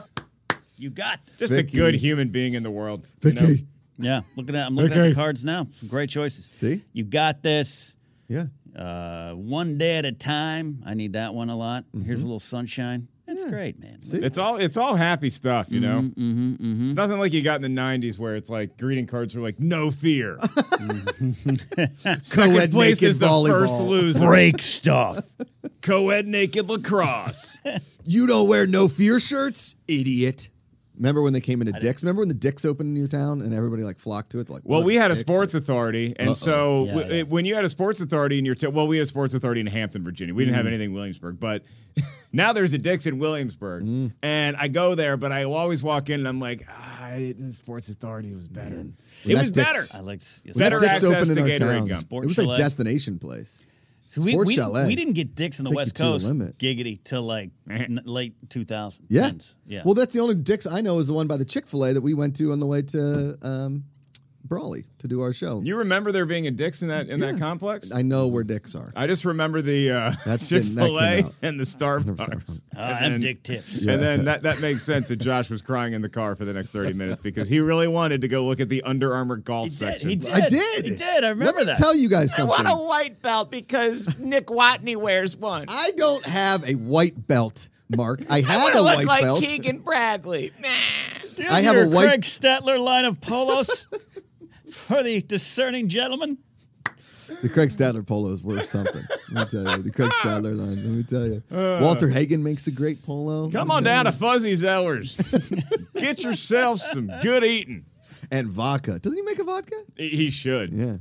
you. You got. This.
Just
Vicky.
a good human being in the world. you know?
Vicky.
Yeah, looking at I'm looking at
Okay.
the cards now. Some great choices.
See?
you got this.
Yeah.
Uh, one day at a time. I need that one a lot.
Mm-hmm.
Here's a little sunshine. That's great, man.
It's all it's all happy stuff, you know. Mm-hmm, It's nothing like you got in the '90s where it's like greeting cards were like "No fear."
Co-ed
Second place
naked
is the first
volleyball.
loser.
Break stuff.
Co-ed naked lacrosse.
You don't wear no fear shirts, idiot. Remember when they came into Dick's? Remember when the Dick's opened in your town and everybody like flocked to it? Like,
Well,
what
we had a
Dick's?
sports authority, and so
Yeah,
w-
yeah.
when you had a sports authority in your town, well, we had a sports authority in Hampton, Virginia. We didn't
Mm.
have anything in Williamsburg, but now there's a Dick's in Williamsburg,
Mm.
and I go there, but I always walk in and I'm like, ah, I didn't- the sports authority was better.
Well,
It
that
was
Dick's-
better.
I liked yes,
When that
better
Dick's
access
opened
to
in our
Gatorade
town,
gum.
It was like
Sports
destination place.
So we,
Sports
we,
chalet.
didn't, we didn't get dicks on the
Take you
West
to the
Coast
limit.
giggity till like n- late 2000s.
Yeah.
Yeah.
Well, that's the only Dick's I know is the one by the Chick Fil A that we went to on the way to um, Brawley to do our show.
You remember there being a Dick's in that in that
Yeah.
complex?
I know where dicks are.
I just remember the uh,
That's
Chick
didn't- that
Fil A
came out.
and the Starbucks,
Oh, I'm Dick Tips.
and then that, that makes sense that Josh was crying in the car for the next thirty minutes because he really wanted to go look at the Under Armour golf
He did.
section.
He did.
I did.
He did. I remember
Let me
that.
tell you guys
I
something.
want a white belt because Nick Watney wears one. I,
I don't have a white belt, Mark. I had a
look
white
like
belt.
Keegan Bradley. Nah.
Here's
I have
your
a white-
Craig Stetler line of polos for the discerning gentleman.
The Craig Stadler polo is worth something. Let me tell you. The Craig Stadler line. Let me tell you. Walter Hagen makes a great polo.
Uh. Come on down to Fuzzy's Ellers. Get yourself some good eating.
And vodka. Doesn't he make a vodka?
He he should.
Yeah.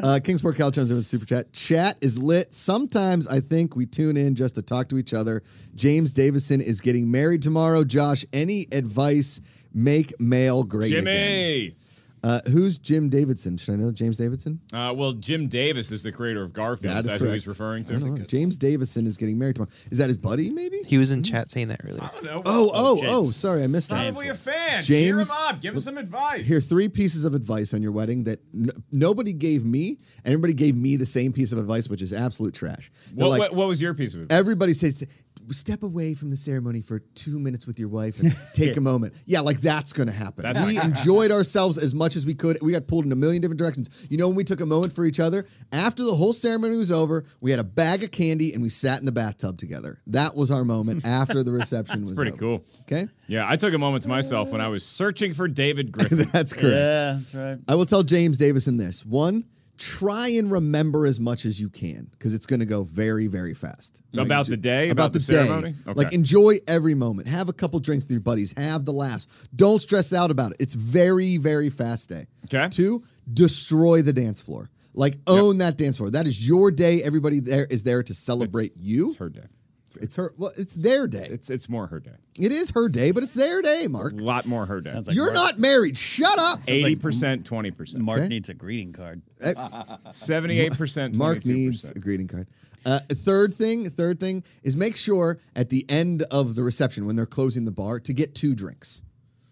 Uh, Kingsport Cal chimes in with a super chat. Chat is lit. Sometimes I think we tune in just to talk to each other. James Davison is getting married tomorrow. Josh, any advice? Make male great again.
Jimmy.
Uh, who's Jim Davidson? Should I know James Davidson?
Uh, well, Jim Davis is the creator of Garfield. Is that who he's referring to?
I don't know. James Davison is getting married tomorrow. Is that his buddy? Maybe.
He was in chat saying that earlier.
No.
Oh, oh,
James.
oh! Sorry, I missed that.
Probably a fan. Cheer him
James-
up. Give him some advice.
Here are three pieces of advice on your wedding that n- nobody gave me, and everybody gave me the same piece of advice, which is absolute trash. They're
what,
like,
what, what was your piece of advice?
everybody says, step away from the ceremony for two minutes with your wife and take a moment. Yeah, like that's going to happen.
That's
we enjoyed ourselves as much as we could. We got pulled in a million different directions. You know, when we took a moment for each other, after the whole ceremony was over, we had a bag of candy and we sat in the bathtub together. That was our moment after the reception was
Pretty
over.
cool.
Okay.
Yeah, I took a moment to myself when I was searching for David Griffin.
That's correct.
Yeah, that's right.
I will tell James Davison this. One, try and remember as much as you can because it's going to go very, very fast.
About the day? About the ceremony?
Day.
Okay.
Like enjoy every moment. Have a couple drinks with your buddies. Have the laughs. Don't stress out about it. It's very, very fast day.
Okay.
Two, destroy the dance floor. Like own that dance floor. That is your day. Everybody there is there to celebrate you.
it's her day.
It's her. Well, it's their day.
It's it's more her day.
It is her day, but it's their day, Mark.
A lot more her day.
Sounds like
You're
Mark,
not married. Shut up.
eighty percent, twenty percent,
Mark
Okay.
needs a greeting card.
seventy-eight percent.
Mark needs a greeting card. Uh, third thing, third thing is make sure at the end of the reception when they're closing the bar to get two drinks,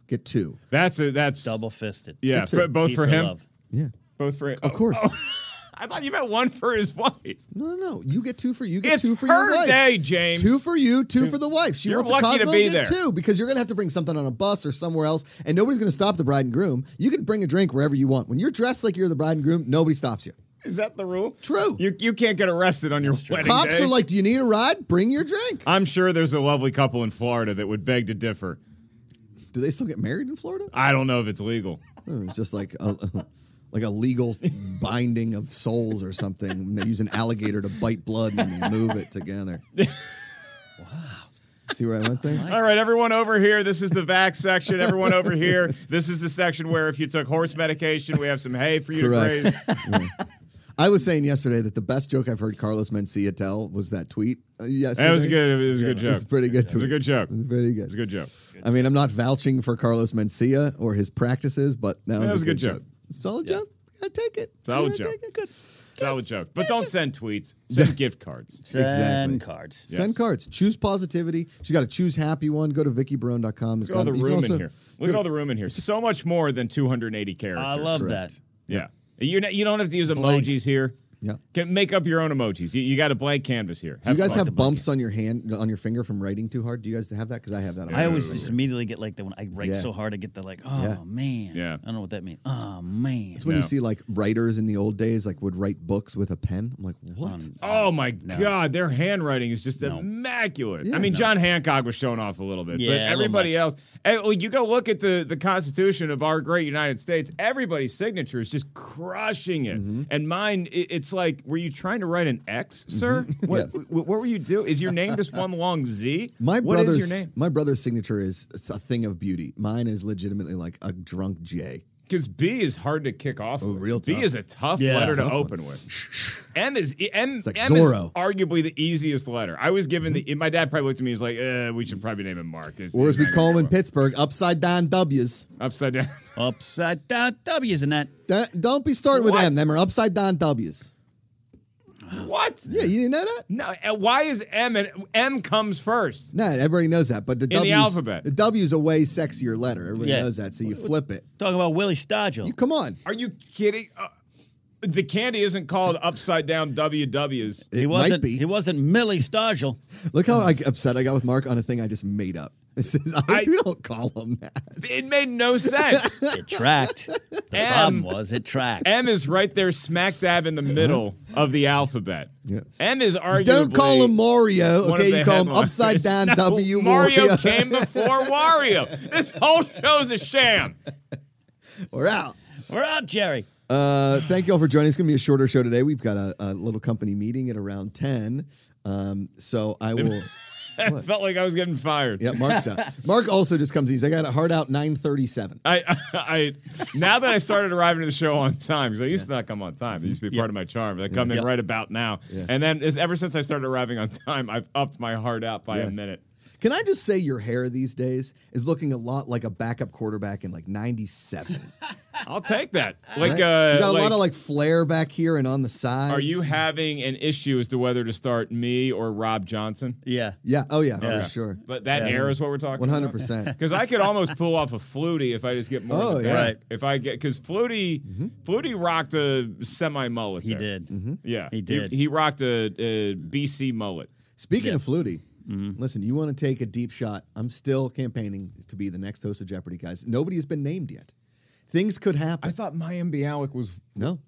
get two.
That's a that's
Double fisted.
Yeah,
It's a-
for- both
Tea
for him.
love.
Yeah,
Both for him.
of course.
I thought you meant one for his wife.
No, no, no. You get two for you. Get
It's
two for
her
your wife.
day, James.
Two for you, two, for the wife. She
You're
wants
lucky
a
to
Cosmo
be
get
there.
two because you're gonna have to bring something on a bus or somewhere else, and nobody's gonna stop the bride and groom. You can bring a drink wherever you want. When you're dressed like you're the bride and groom, nobody stops you.
Is that the rule?
True.
You you can't get arrested on your wedding
Cops
day.
are like, "Do you need a ride? Bring your drink."
I'm sure there's a lovely couple in Florida that would beg to differ.
Do they still get married in Florida?
I don't know if it's legal.
It was just like a, like a legal binding of souls or something. And they use an alligator to bite blood and then they move it together. Wow. See where I went there?
All right, everyone over here, this is the vac section. Everyone over here, this is the section where if you took horse medication, we have some hay for you
Correct.
to graze.
I was saying yesterday that the best joke I've heard Carlos Mencia tell was that tweet. Uh, yesterday.
That was good. It was a good joke.
It's a pretty good
It was
tweet.
a good joke. It
Very good.
was a good joke.
I mean, I'm not vouching for Carlos Mencia or his practices, but that was,
was a good joke.
Solid joke. I take it.
Solid
Yeah,
joke.
take it. Good.
Solid joke. But don't send tweets. Send gift cards.
Send
Exactly.
cards.
Yes.
Send cards. Choose positivity. She's got a choose happy one. Go to VickyBarone.com.
Look at all the room in here. Look at all the room in here. So much more than 280 characters.
I love
Correct.
that.
Yeah. You you don't have to use emojis here.
Yeah.
Can make up your own emojis. You, you got a blank canvas here.
Do you guys
fun.
have bumps on your hand, on your finger from writing too hard? Do you guys have that? Because I have that. on
I
my
always
finger.
just immediately get like that when I write
Yeah.
so hard, I get the like, oh
Yeah.
man.
Yeah.
I don't know what that means. Oh man.
It's when you
No.
see like writers in the old days like would write books with a pen. I'm like, what?
Oh my God, their handwriting is just immaculate. I mean, John Hancock was showing off a little bit,
Yeah, a
but
little
everybody
much.
else. eh, well, you go look at the the Constitution of our great United States. Everybody's signature is just crushing it,
Mm-hmm.
and mine. i- it's like, were you trying to write an X, sir?
Mm-hmm.
What, wh- what were you doing? Is your name just one long Z?
my
what
brother's
is your name?
my brother's signature is it's a thing of beauty. Mine is legitimately like a drunk J.
Because B is hard to kick off.
Oh,
with.
real
B
tough.
is a tough
Yeah.
letter
Tough
to
one.
open with. M is e, M,
like
M is
Zorro. Mm-hmm.
arguably the easiest letter. I was given the. My dad probably looked at me. He's like, eh, we should probably name him Mark. It's-
Or as
it's
we
not
call
gonna
them in
go well.
Pittsburgh, upside down W's.
upside down.
Upside down W's and that.
That, don't be starting with
What?
M. Them are upside down W's.
What?
Yeah, you didn't know that?
No. uh, Why is M and M comes first?
No, everybody knows that. But the
the
W's,
alphabet.
the W's a way sexier letter. Everybody
Yeah.
knows that. So you flip it.
Talking about Willie Stodgel.
You come on.
Are you kidding? Uh, the candy isn't called upside down WWs.
It
he
might
wasn't.
be.
He wasn't Millie Stodgel.
Look how like, upset I got with Mark on a thing I just made up. This is, I,
I-
we don't call him that.
It made no sense.
It tracked. The
M.
problem was it tracked.
M is right there, smack dab in the middle of the alphabet.
Yeah.
M is arguably.
Don't call him Mario.
one of
Okay,
the
you call him
headliners.
upside down
No,
W
Mario
Mario.
came before Wario. This whole show's a sham.
We're out.
We're out, Jerry.
Uh, thank you all for joining. It's going to be a shorter show today. We've got a, a little company meeting at around 10. Um, so I will.
I felt like I was getting fired.
Yeah, Mark's out. Mark also just comes in. He's like, I got a heart out 937.
I, I, I now that I started arriving to the show on time because I used to not come on time. It used to be part of my charm. but I come in right about now, and then it's, ever since I started arriving on time, I've upped my heart out by
Yeah.
a minute.
Can I just say your hair these days is looking a lot like a backup quarterback in like 97.
I'll take that. Like,
right?
uh,
you got a
like,
lot of like flare back here and on the sides.
are you having an issue as to whether to start me or Rob Johnson?
Yeah.
Yeah. Oh, yeah,
Yeah.
for sure.
But that
Yeah.
hair is what we're talking.
100%.
Because I could almost pull off a Flutie if I just get more.
Oh,
of a
yeah. Mm-hmm.
back.
Right.
If I get because Flutie, Flutie rocked a semi mullet.
He did.
Yeah,
He did.
He, rocked a, a BC mullet.
Speaking of Flutie,
Mm-hmm.
listen, you want to take a deep shot. I'm still campaigning to be the next host of Jeopardy, guys. Nobody has been named yet. Things could happen.
I thought Mayim Bialik was
no.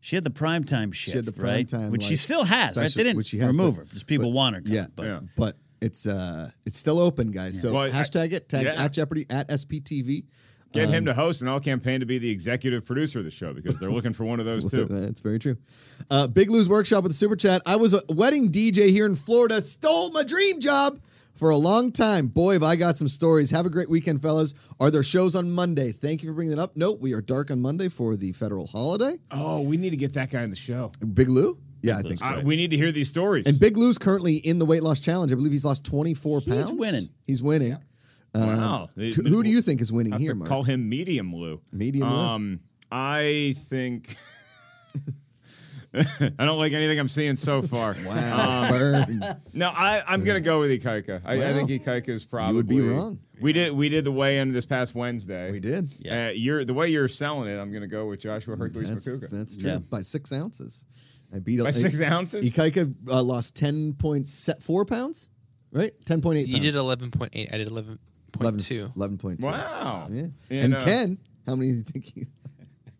She had the primetime shift.
had the
right?
primetime,
Which she
like,
still has, right?
special-
They didn't
which she has,
remove
but-
her because people
but-
want her. kind of,
Yeah.
But
Yeah.
But it's uh it's still open, guys. So
Well, I-
hashtag it, tag
yeah.
at Jeopardy at SPTV.
Get him to host, and I'll campaign to be the executive producer of the show because they're looking for one of those too.
That's very true. Uh, Big Lou's workshop with the super chat. I was a wedding DJ here in Florida, stole my dream job for a long time. Boy, have I got some stories. Have a great weekend, fellas. Are there shows on Monday? Thank you for bringing that up. Nope, we are dark on Monday for the federal holiday.
Oh, we need to get that guy in the show.
Big Lou? Yeah, I think so.
Uh, we need to hear these stories.
and Big Lou's currently in the weight loss challenge. I believe he's lost 24 pounds.
winning.
He's winning.
wow,
uh, Who- Who do you think is winning
have
here,
to
Mark?
call him Medium Lou?
Medium Lou.
Um, I think. I don't like anything I'm seeing so far. um,
Wow, burn.
No, I, I'm gonna go with Ikaika. I, I
Wow.
think Ikaika is probably.
would be wrong.
We did we did the weigh in this past Wednesday.
We did.
Uh, you're the way you're selling it. I'm gonna go with Joshua Hercules
That's,
Makuga.
that's true.
Yeah.
By six ounces. I beat
By six ounces?
Ikaika uh, lost 10.4 pounds, right? 10.8 pounds.
You did 11.8. I did 11.2.
11, 11.2.
Wow.
Yeah.
You
and
know,
Ken, how many do you think he.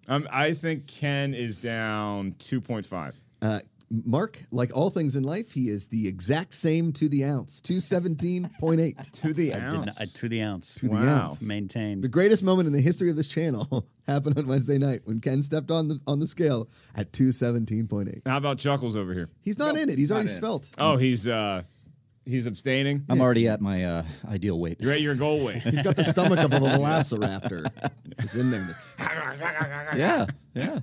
Um, I think Ken is down 2.5.
Uh, Mark, like all things in life, he is the exact same to the ounce 217.8.
To the
I did not, I, uh, to the ounce.
to the
Wow.
ounce.
Maintained.
The greatest moment in the history of this channel happened on Wednesday night when Ken stepped on the on the scale at 217.8.
How about Chuckles over here?
He's not in it. He's already
in it.
spelt.
Oh, he's uh, he's abstaining.
I'm already at my uh, ideal weight.
You're at your goal weight.
He's got the stomach of a velociraptor. He's in there.
Yeah, yeah.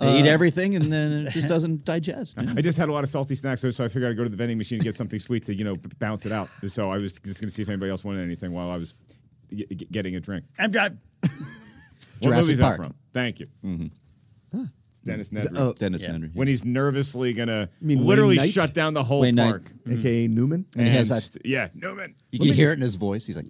They eat everything and then it just doesn't digest.
I just had a lot of salty snacks, so so I figured I'd go to the vending machine and get something sweet to you know b- bounce it out. So I was just going to see if anybody else wanted anything while I was g- g- getting a drink.
I'm driving.
What
Jurassic
movie's
Park. Mm-hmm.
that from? Thank you. Dennis Nedry.
Oh,
Dennis
Yeah.
Henry.
when he's nervously gonna
mean Wayne
literally
Knight?
shut down the whole
Wayne Knight.
park. Mm-hmm.
aka Newman.
And he has
And
that-
st- yeah, Newman.
you
Let
can
me
hear
just-
it in his voice. He's like,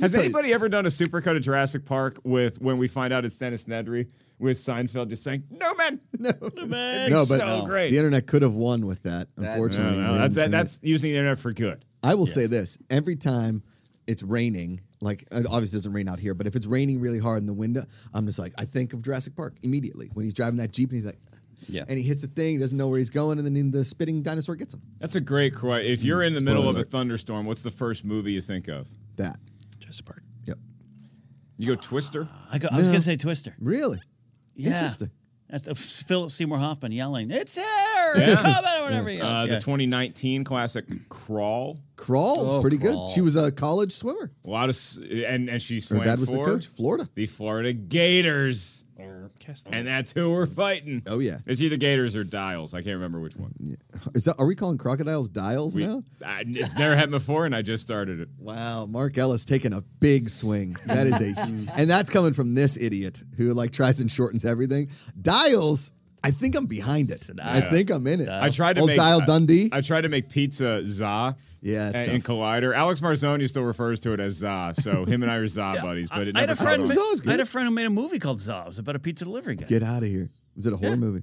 Has
tell you-
anybody ever done a supercut of Jurassic Park with when we find out it's Dennis Nedry with Seinfeld just saying Newman? No, Newman.
No, but
so great.
the internet could have won with that.
No,
Unfortunately,
no,
we
that's
haven't
that,
seen
that's using the internet for good.
it. I will say this: every time it's raining, like uh, obviously it doesn't rain out here, but if it's raining really hard in the window, I'm just like, I think of Jurassic Park immediately when he's driving that jeep and he's like,
Yeah.
and he hits the thing, he doesn't know where he's going, and then the spitting dinosaur gets him.
That's a great question. If you're in the middle
Mm, spoiler
of a
alert.
thunderstorm, what's the first movie you think of?
That,
Just apart.
yep,
You go Twister.
I, go, I was gonna say Twister.
really
Yeah.
interesting.
That's uh, Philip Seymour Hoffman yelling, "It's her!
Yeah.
It's coming!" or whatever. he
Uh,
yells.
The
Yeah.
2019 classic Crawl.
Crawl's
Oh,
pretty
Crawl.
good. She was a college swimmer.
A lot of s- and and she
Her
swam
dad was the
for
coach, Florida.
the Florida Gators.
Cast
And that's who we're fighting.
Oh, yeah.
It's either Gators or Dials. I can't remember which one.
Is that? Are we calling crocodiles dials
We-
now?
I- it's never happened before, and I just started it.
Wow, Mark Ellis taking a big swing. That is a, and that's coming from this idiot who like tries and shortens everything. Dials, I think I'm behind it. I
Yeah.
think I'm in it.
I tried to
Old
make
Dial
I-
Dundee.
I, tried to make pizza za.
Yeah, it's
a-
tough.
in Collider. Alex Marzoni still refers to it as za, so him and I are za buddies. But it
I had
never
a friend.
caught on.
Zaw is
I had a
good.
friend who made a movie called Zaw. It was about a pizza delivery guy.
Get out of here. Is it a horror movie?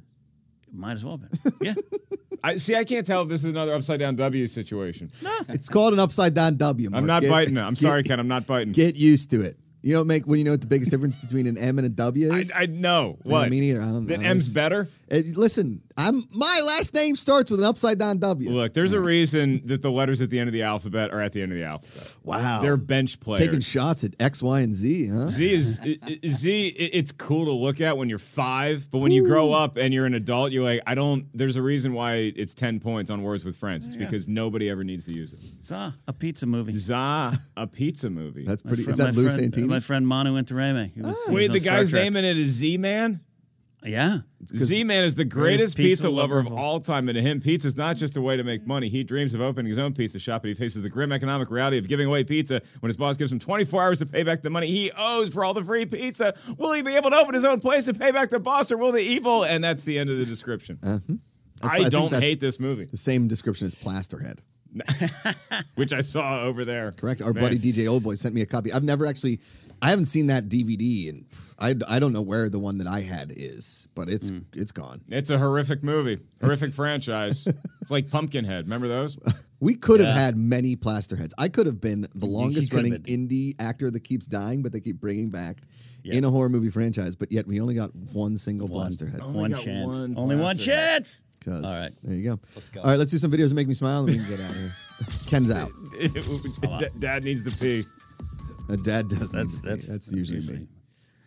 Might as well have been. Yeah.
I see. I can't tell if this is another upside down W situation.
It's called an upside down W. Mark.
I'm not
Get-
biting it. I'm
get-
sorry, Ken. I'm not biting.
Get used to it. You don't make. Well, you know what the biggest difference between an M and a W
I,
is?
I know what.
me neither. I don't
That
know.
M's
It's-
better.
Uh, listen, I'm my last name starts with an upside down W.
Look, there's a
Mm.
reason that the letters at the end of the alphabet are at the end of the alphabet.
wow.
They're bench players.
taking shots at X, Y, and Z, huh?
Z is i- i- Z. i- It's cool to look at when you're five, but when you grow up and you're an adult, you're like, I don't. There's a reason why it's ten points on Words with Friends. It's because nobody ever needs to use it.
Zaw, a pizza movie.
Za, a pizza movie.
That's
My
pretty.
fri-
Is that
my
Lou
friend, My
Santini? Ah.
friend Manu Interame. He was, he
wait.
was on
The
Star
guy's
Trek.
name in it is Z Man.
Yeah.
Z Man is the
Greatest
greatest pizza,
pizza
lover of
lover.
all time, and to him, pizza is not just a way to make money. He dreams of opening his own pizza shop, and he faces the grim economic reality of giving away pizza when his boss gives him 24 hours to pay back the money he owes for all the free pizza. Will he be able to open his own place and pay back the boss, or will the evil? And that's the end of the description.
I
I
think
don't
Uh, that's-
hate this movie,
The same description as Plasterhead.
which I saw over there.
Correct. Our
Man.
buddy DJ Oldboy sent me a copy. I've never actually, I haven't seen that DVD, and I, I don't know where the one that I had is, but it's
Hmm.
it's gone.
It's a horrific movie, horrific franchise. It's like Pumpkinhead. Remember those?
We could have
Yeah.
had many Plasterheads. I could have been the longest
could have
running indie actor that keeps dying, but they keep bringing back
Yeah.
in a horror movie franchise. But yet we only got one single Plasterhead.
One
got
chance.
one
Only one
Plasterhead.
chance.
'Cause-
All right.
there you go. All right, let's do some videos that make me smile, and we can get out of here. Ken's out.
D- Dad needs to pee.
A dad does.
That's
That's
that's,
that's, usually, me.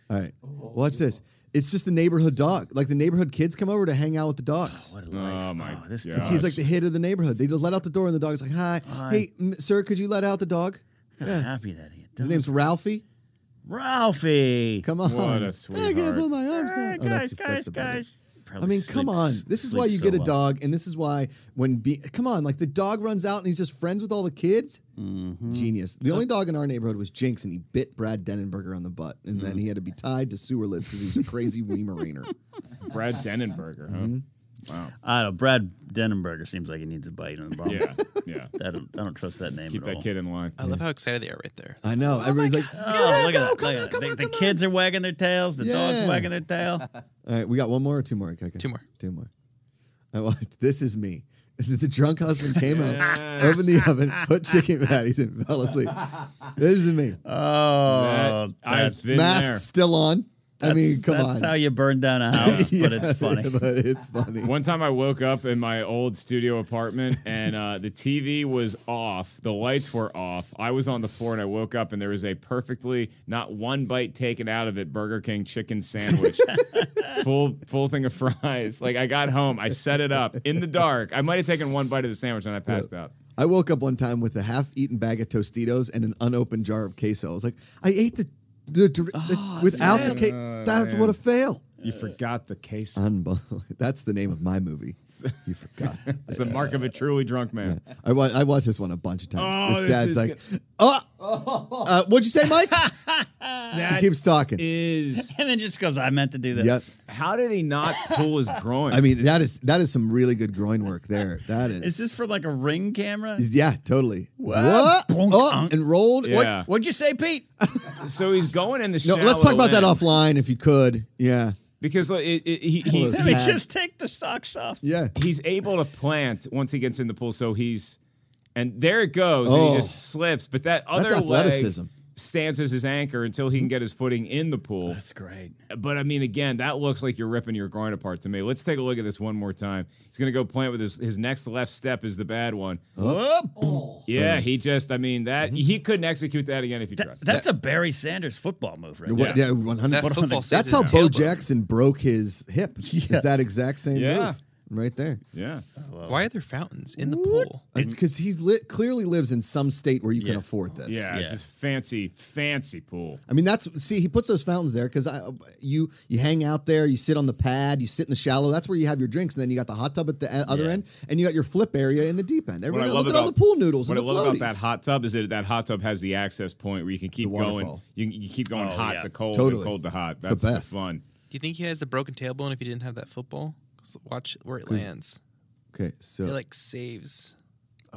All right, watch this. It's just the neighborhood dog. Like the neighborhood kids come over to hang out with the dogs.
What a life.
Oh, my
this
God.
dog-
He's like the hit of the neighborhood. They just let out the door, and the dog's like, "Hi, hey, m- sir, could you let out the dog?"
I'm happy that he.
His name's Ralphie.
Ralphie.
Come on.
What a
I
sweetheart.
can't put my arms down.
Hey,
Oh, that's-
guys,
that's
guys,
the better.
guys.
I mean, come on. This is why you get a dog, and this is why when be come on, like the dog runs out and he's just friends with all the kids.
Mm-hmm.
Genius. The only dog in our neighborhood was Jinx, and he bit Brad Denenberger on the butt, and then he had to
Mm.
be tied to sewer lids because he was a crazy wee mariner.
Brad Denenberger, huh?
Mm-hmm.
Wow.
I don't. Brad Denenberger seems like he needs a bite on the ball.
Yeah, yeah.
I don't. I don't trust that name
Keep
at
that
all.
kid in line.
I love how excited they are right there.
I know. Everybody's like,
Oh,
"Yeah,
look
go,
at that!
come
look at
on,
that.
come
the
on,
the
come on."
kids are wagging their tails. The
Yeah.
dog's wagging their tail.
All right, we got one more or two more. Okay.
Two more.
Two more. I watched This Is Me. The drunk husband came home, opened the oven, put chicken patties, and fell asleep. This is me.
Oh,
That-
that's,
I've been
Mask
there.
still on. I mean,
that's-
come
that's
on.
how you burn down a house, but
Yeah,
it's funny.
but it's funny.
One time I woke up in my old studio apartment and uh, the TV was off. The lights were off. I was on the floor and I woke up and there was a perfectly, not one bite taken out of it, Burger King chicken sandwich. full full thing of fries. Like I got home, I set it up in the dark. I might have taken one bite of the sandwich and I passed out.
I woke up one time with a half-eaten bag of Tostitos and an unopened jar of queso. I was like, I ate the, the, the- without the
man.
queso.
Oh,
that
man.
would have failed.
You forgot the case.
Unbelievable. That's the name of my movie. You forgot.
It's the mark of a truly drunk man.
I, wa- I watched this one a bunch of
Oh,
times.
this
this dad's
is
like, oh, uh, what'd you say, Mike?
That
Keeps talking.
is
And then just goes, I meant to do this.
Yep.
how did he not pull his groin?
I mean, that is that is some really good groin work there. That is.
Is this from like a ring camera?
Yeah, totally.
Wow.
What?
Bonk.
Oh, and rolled.
Yeah.
What?
What'd you say, Pete?
so he's going in the
No, let's talk
shallow
about that
end.
offline if you could. Yeah.
because like, it, it, he,
Hello.
he
Let me
Yeah.
just take the socks off.
Yeah.
he's able to plant once he gets in the pool. So he's and there it goes. And
Oh.
he just slips, but that other
athleticism.
leg stands as his anchor until he can get his footing in the pool.
That's great.
But I mean, again, that looks like you're ripping your groin apart to me. Let's take a look at this one more time. He's gonna go plant with his his next left step is the bad one.
Oh,
Whoop.
Yeah, he just I mean that
Mm-hmm.
he couldn't execute that again if he tried.
That- that's a Barry Sanders football move, right?
What-
there.
yeah, 100.
That football saved
That's
his
how Bo
tailbone.
Jackson broke his hip.
Yeah.
Is that exact same
Yeah.
move right there?
yeah.
Why are there fountains in the pool?
Because he's lit, clearly lives in some state where you can
Yeah.
afford this.
Yeah,
Yeah.
it's this fancy, fancy pool.
I mean, that's see, he puts those fountains there because you you hang out there, you sit on the pad, you sit in the shallow. That's where you have your drinks, and then you got the hot tub at the e- other
Yeah.
end, and you got your flip area in the deep end.
What I
Everyone,
love
look at
about
all the pool noodles
What
and
I
the
love about
floaties.
that hot tub is that that hot tub has the access point where you can keep
The
going.
waterfall.
You can you keep going
Oh,
hot
yeah.
to cold, and
Totally.
cold to hot.
the
That's the
best.
fun.
Do you think he has a broken tailbone if he didn't have that football? So watch where it
'Cause-
lands.
Okay, so uh,
It like saves.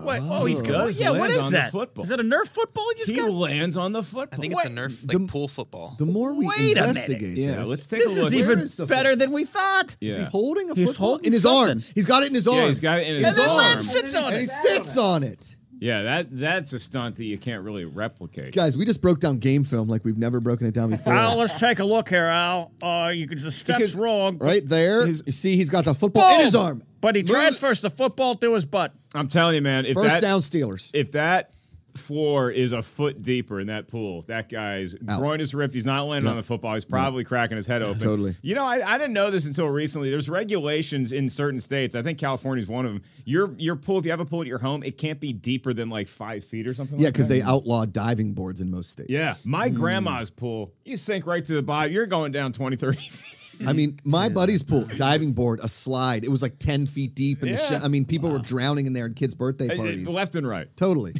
What? Oh, he's good.
Well, yeah, what
Lands
is
on the
that?
football.
Is that a Nerf football you just
he
got?
lands on the
I
football.
think
What?
it's a Nerf
the-
like pool football.
the more we
Wait a minute.
investigate,
Yeah,
this,
let's take
This
a look.
is
Where
even
is the
better
football?
than we thought.
Is he
yeah.
holding a
He's
football
holding
in his arm?
something.
He's got it in his arm.
Yeah, he's got it in his
And then
arm.
Lance sits on
and he
it.
sits on it.
Yeah, that that's a stunt that you can't really replicate.
Guys, we just broke down game film like we've never broken it down before.
Al, Oh, let's take a look here, Al. Uh, you could just steps
Because-
wrong.
right there,
His-
you see, he's got the football in his
Boom!
arm.
But he
Move-
transfers the football to his butt.
I'm telling you, man. If
First
that
down, Steelers.
if that floor is a foot deeper in that pool, that guy's groin is ripped. He's not landing on the football. He's probably cracking his head open.
Totally.
You know, I, I didn't know this until recently. There's regulations in certain states. I think California's one of them. Your your pool, if you have a pool at your home, it can't be deeper than like five feet or something.
Yeah,
like
because
that.
they Hmm. outlaw diving boards in most states.
Yeah, my grandma's pool. You sink right to the bottom. You're going down 20, 30 feet.
I mean, my buddy's pool, diving board, a slide. It was like 10 feet deep. In the
Yeah. Uh,
sh- I mean, people were drowning in there at kids' birthday parties.
left and right.
Totally.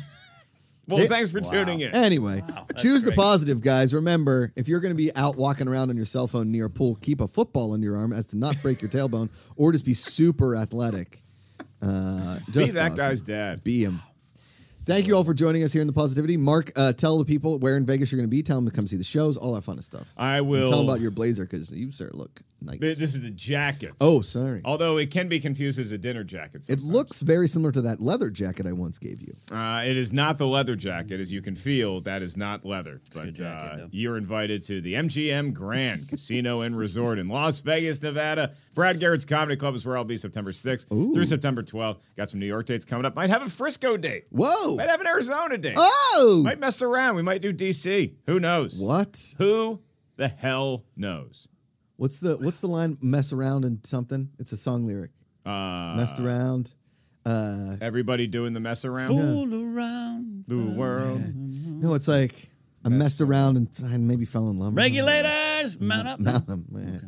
Well,
They-
thanks for tuning in.
Anyway, choose the positive, guys. Remember, if you're going to be out walking around on your cell phone near a pool, keep a football under your arm as to not break your tailbone or just be super athletic. Uh,
Be
just
that
awesome.
guy's dad.
Be him. Thank you all for joining us here in the positivity. Mark, uh, tell the people where in Vegas you're going to be. Tell them to come see the shows, all that fun stuff.
I
And
will.
tell them about your blazer because you, sir, look nice.
Th- This is the jacket.
oh, sorry.
Although it can be confused as a dinner jacket.
It
sometimes.
looks very similar to that leather jacket I once gave you.
Uh, it is not the leather jacket, as you can feel. That is not leather. But
jacket,
uh,
though.
you're invited to the MGM Grand Casino and Resort in Las Vegas, Nevada. Brad Garrett's Comedy Club is where I'll be September 6th through September 12th. Got some New York dates coming up. Might have a Frisco date.
Whoa!
Might have an Arizona date.
Oh!
Might mess around. We might do DC. Who knows?
What?
Who the hell knows?
What's the What's the line? Mess around and something. It's a song lyric. Uh, Messed around.
Everybody doing the mess around.
Uh, Fool around.
The world.
No, it's like I messed around and, and maybe fell in love. with
Regulators,
Mm-hmm.
mount up.
them. Yeah.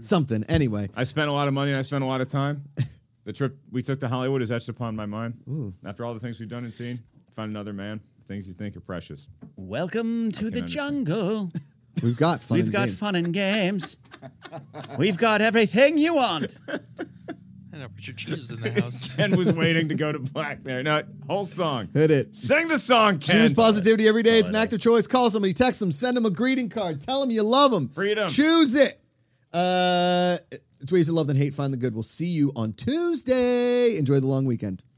Something. Anyway,
I spent a lot of money and I spent a lot of time. The trip we took to Hollywood is etched upon my mind. After all the things we've done and seen, find another man. Things you think are precious.
Welcome to the
understand.
jungle.
we've got fun.
We've
and
got
games.
fun and games. We've got everything you want.
I know Richard Cheese is in the house.
Ken was waiting to go to black there. No, whole song.
Hit it.
Sing the song, Ken.
Choose positivity every day. It's an act of choice. Call somebody, text them, send them a greeting card, tell them you love them.
Freedom.
Choose it. Uh, it's ways to love than hate. Find the good. We'll see you on Tuesday. Enjoy the long weekend.